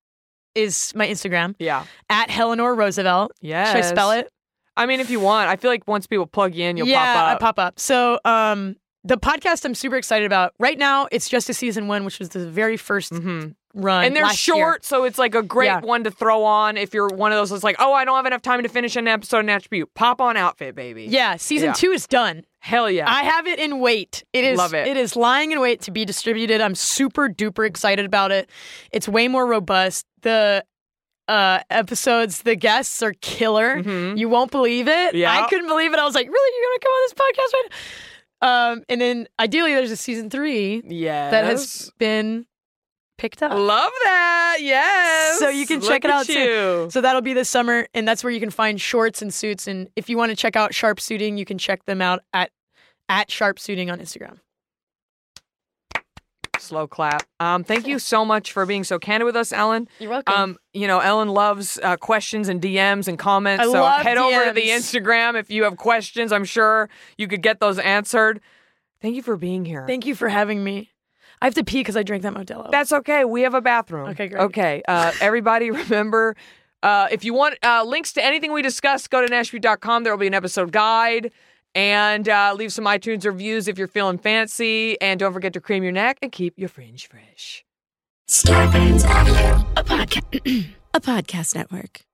Speaker 3: is my Instagram
Speaker 2: Yeah.
Speaker 3: at Eleanor Roosevelt.
Speaker 2: Yes.
Speaker 3: Should I spell it?
Speaker 2: I mean, if you want, I feel like once people plug you in, you'll
Speaker 3: yeah,
Speaker 2: pop up.
Speaker 3: I pop up. So um the podcast I'm super excited about. Right now, it's just a season one, which was the very 1st run.
Speaker 2: Mm-hmm. and they're
Speaker 3: last year.
Speaker 2: short, so it's like a great
Speaker 3: Yeah.
Speaker 2: one to throw on if you're one of those that's like, oh, I don't have enough time to finish an episode and attribute. Pop on outfit, baby.
Speaker 3: Yeah, season
Speaker 2: Yeah.
Speaker 3: two is done.
Speaker 2: Hell yeah.
Speaker 3: I have it in wait. It is
Speaker 2: Love it.
Speaker 3: It is lying in wait to be distributed. I'm super duper excited about it. It's way more robust. The uh, episodes, the guests are killer. You won't believe it.
Speaker 2: Mm-hmm. Yeah.
Speaker 3: I couldn't believe it. I was like, really, you're gonna come on this podcast? Right? now?" Um, and then ideally, there's a season three
Speaker 2: yes.
Speaker 3: that has been picked up.
Speaker 2: Love that. Yes.
Speaker 3: So you can
Speaker 2: Look
Speaker 3: check
Speaker 2: at
Speaker 3: it out
Speaker 2: you.
Speaker 3: too. So that'll be this summer, and that's where you can find shorts and suits. And if you want to check out Sharp Suiting, you can check them out at at Sharp Suiting on Instagram.
Speaker 2: Slow clap. Um, thank you so much for being so candid with us, Ellen.
Speaker 3: You're welcome.
Speaker 2: Um, you know, Ellen loves uh, questions and DMs and comments.
Speaker 3: I
Speaker 2: so
Speaker 3: love
Speaker 2: head over to the
Speaker 3: DMs.
Speaker 2: Instagram if you have questions. I'm sure you could get those answered. Thank you for being here.
Speaker 3: Thank you for having me. I have to pee because I drank that Modelo.
Speaker 2: That's okay. We have a bathroom.
Speaker 3: Okay, great.
Speaker 2: Okay. Uh, everybody, remember uh, if you want uh, links to anything we discussed, go to nashview.com. There will be an episode guide. And uh, leave some iTunes reviews if you're feeling fancy. And don't forget to cream your neck and keep your fringe fresh.
Speaker 1: Scarpins Avenue.
Speaker 5: A podcast network.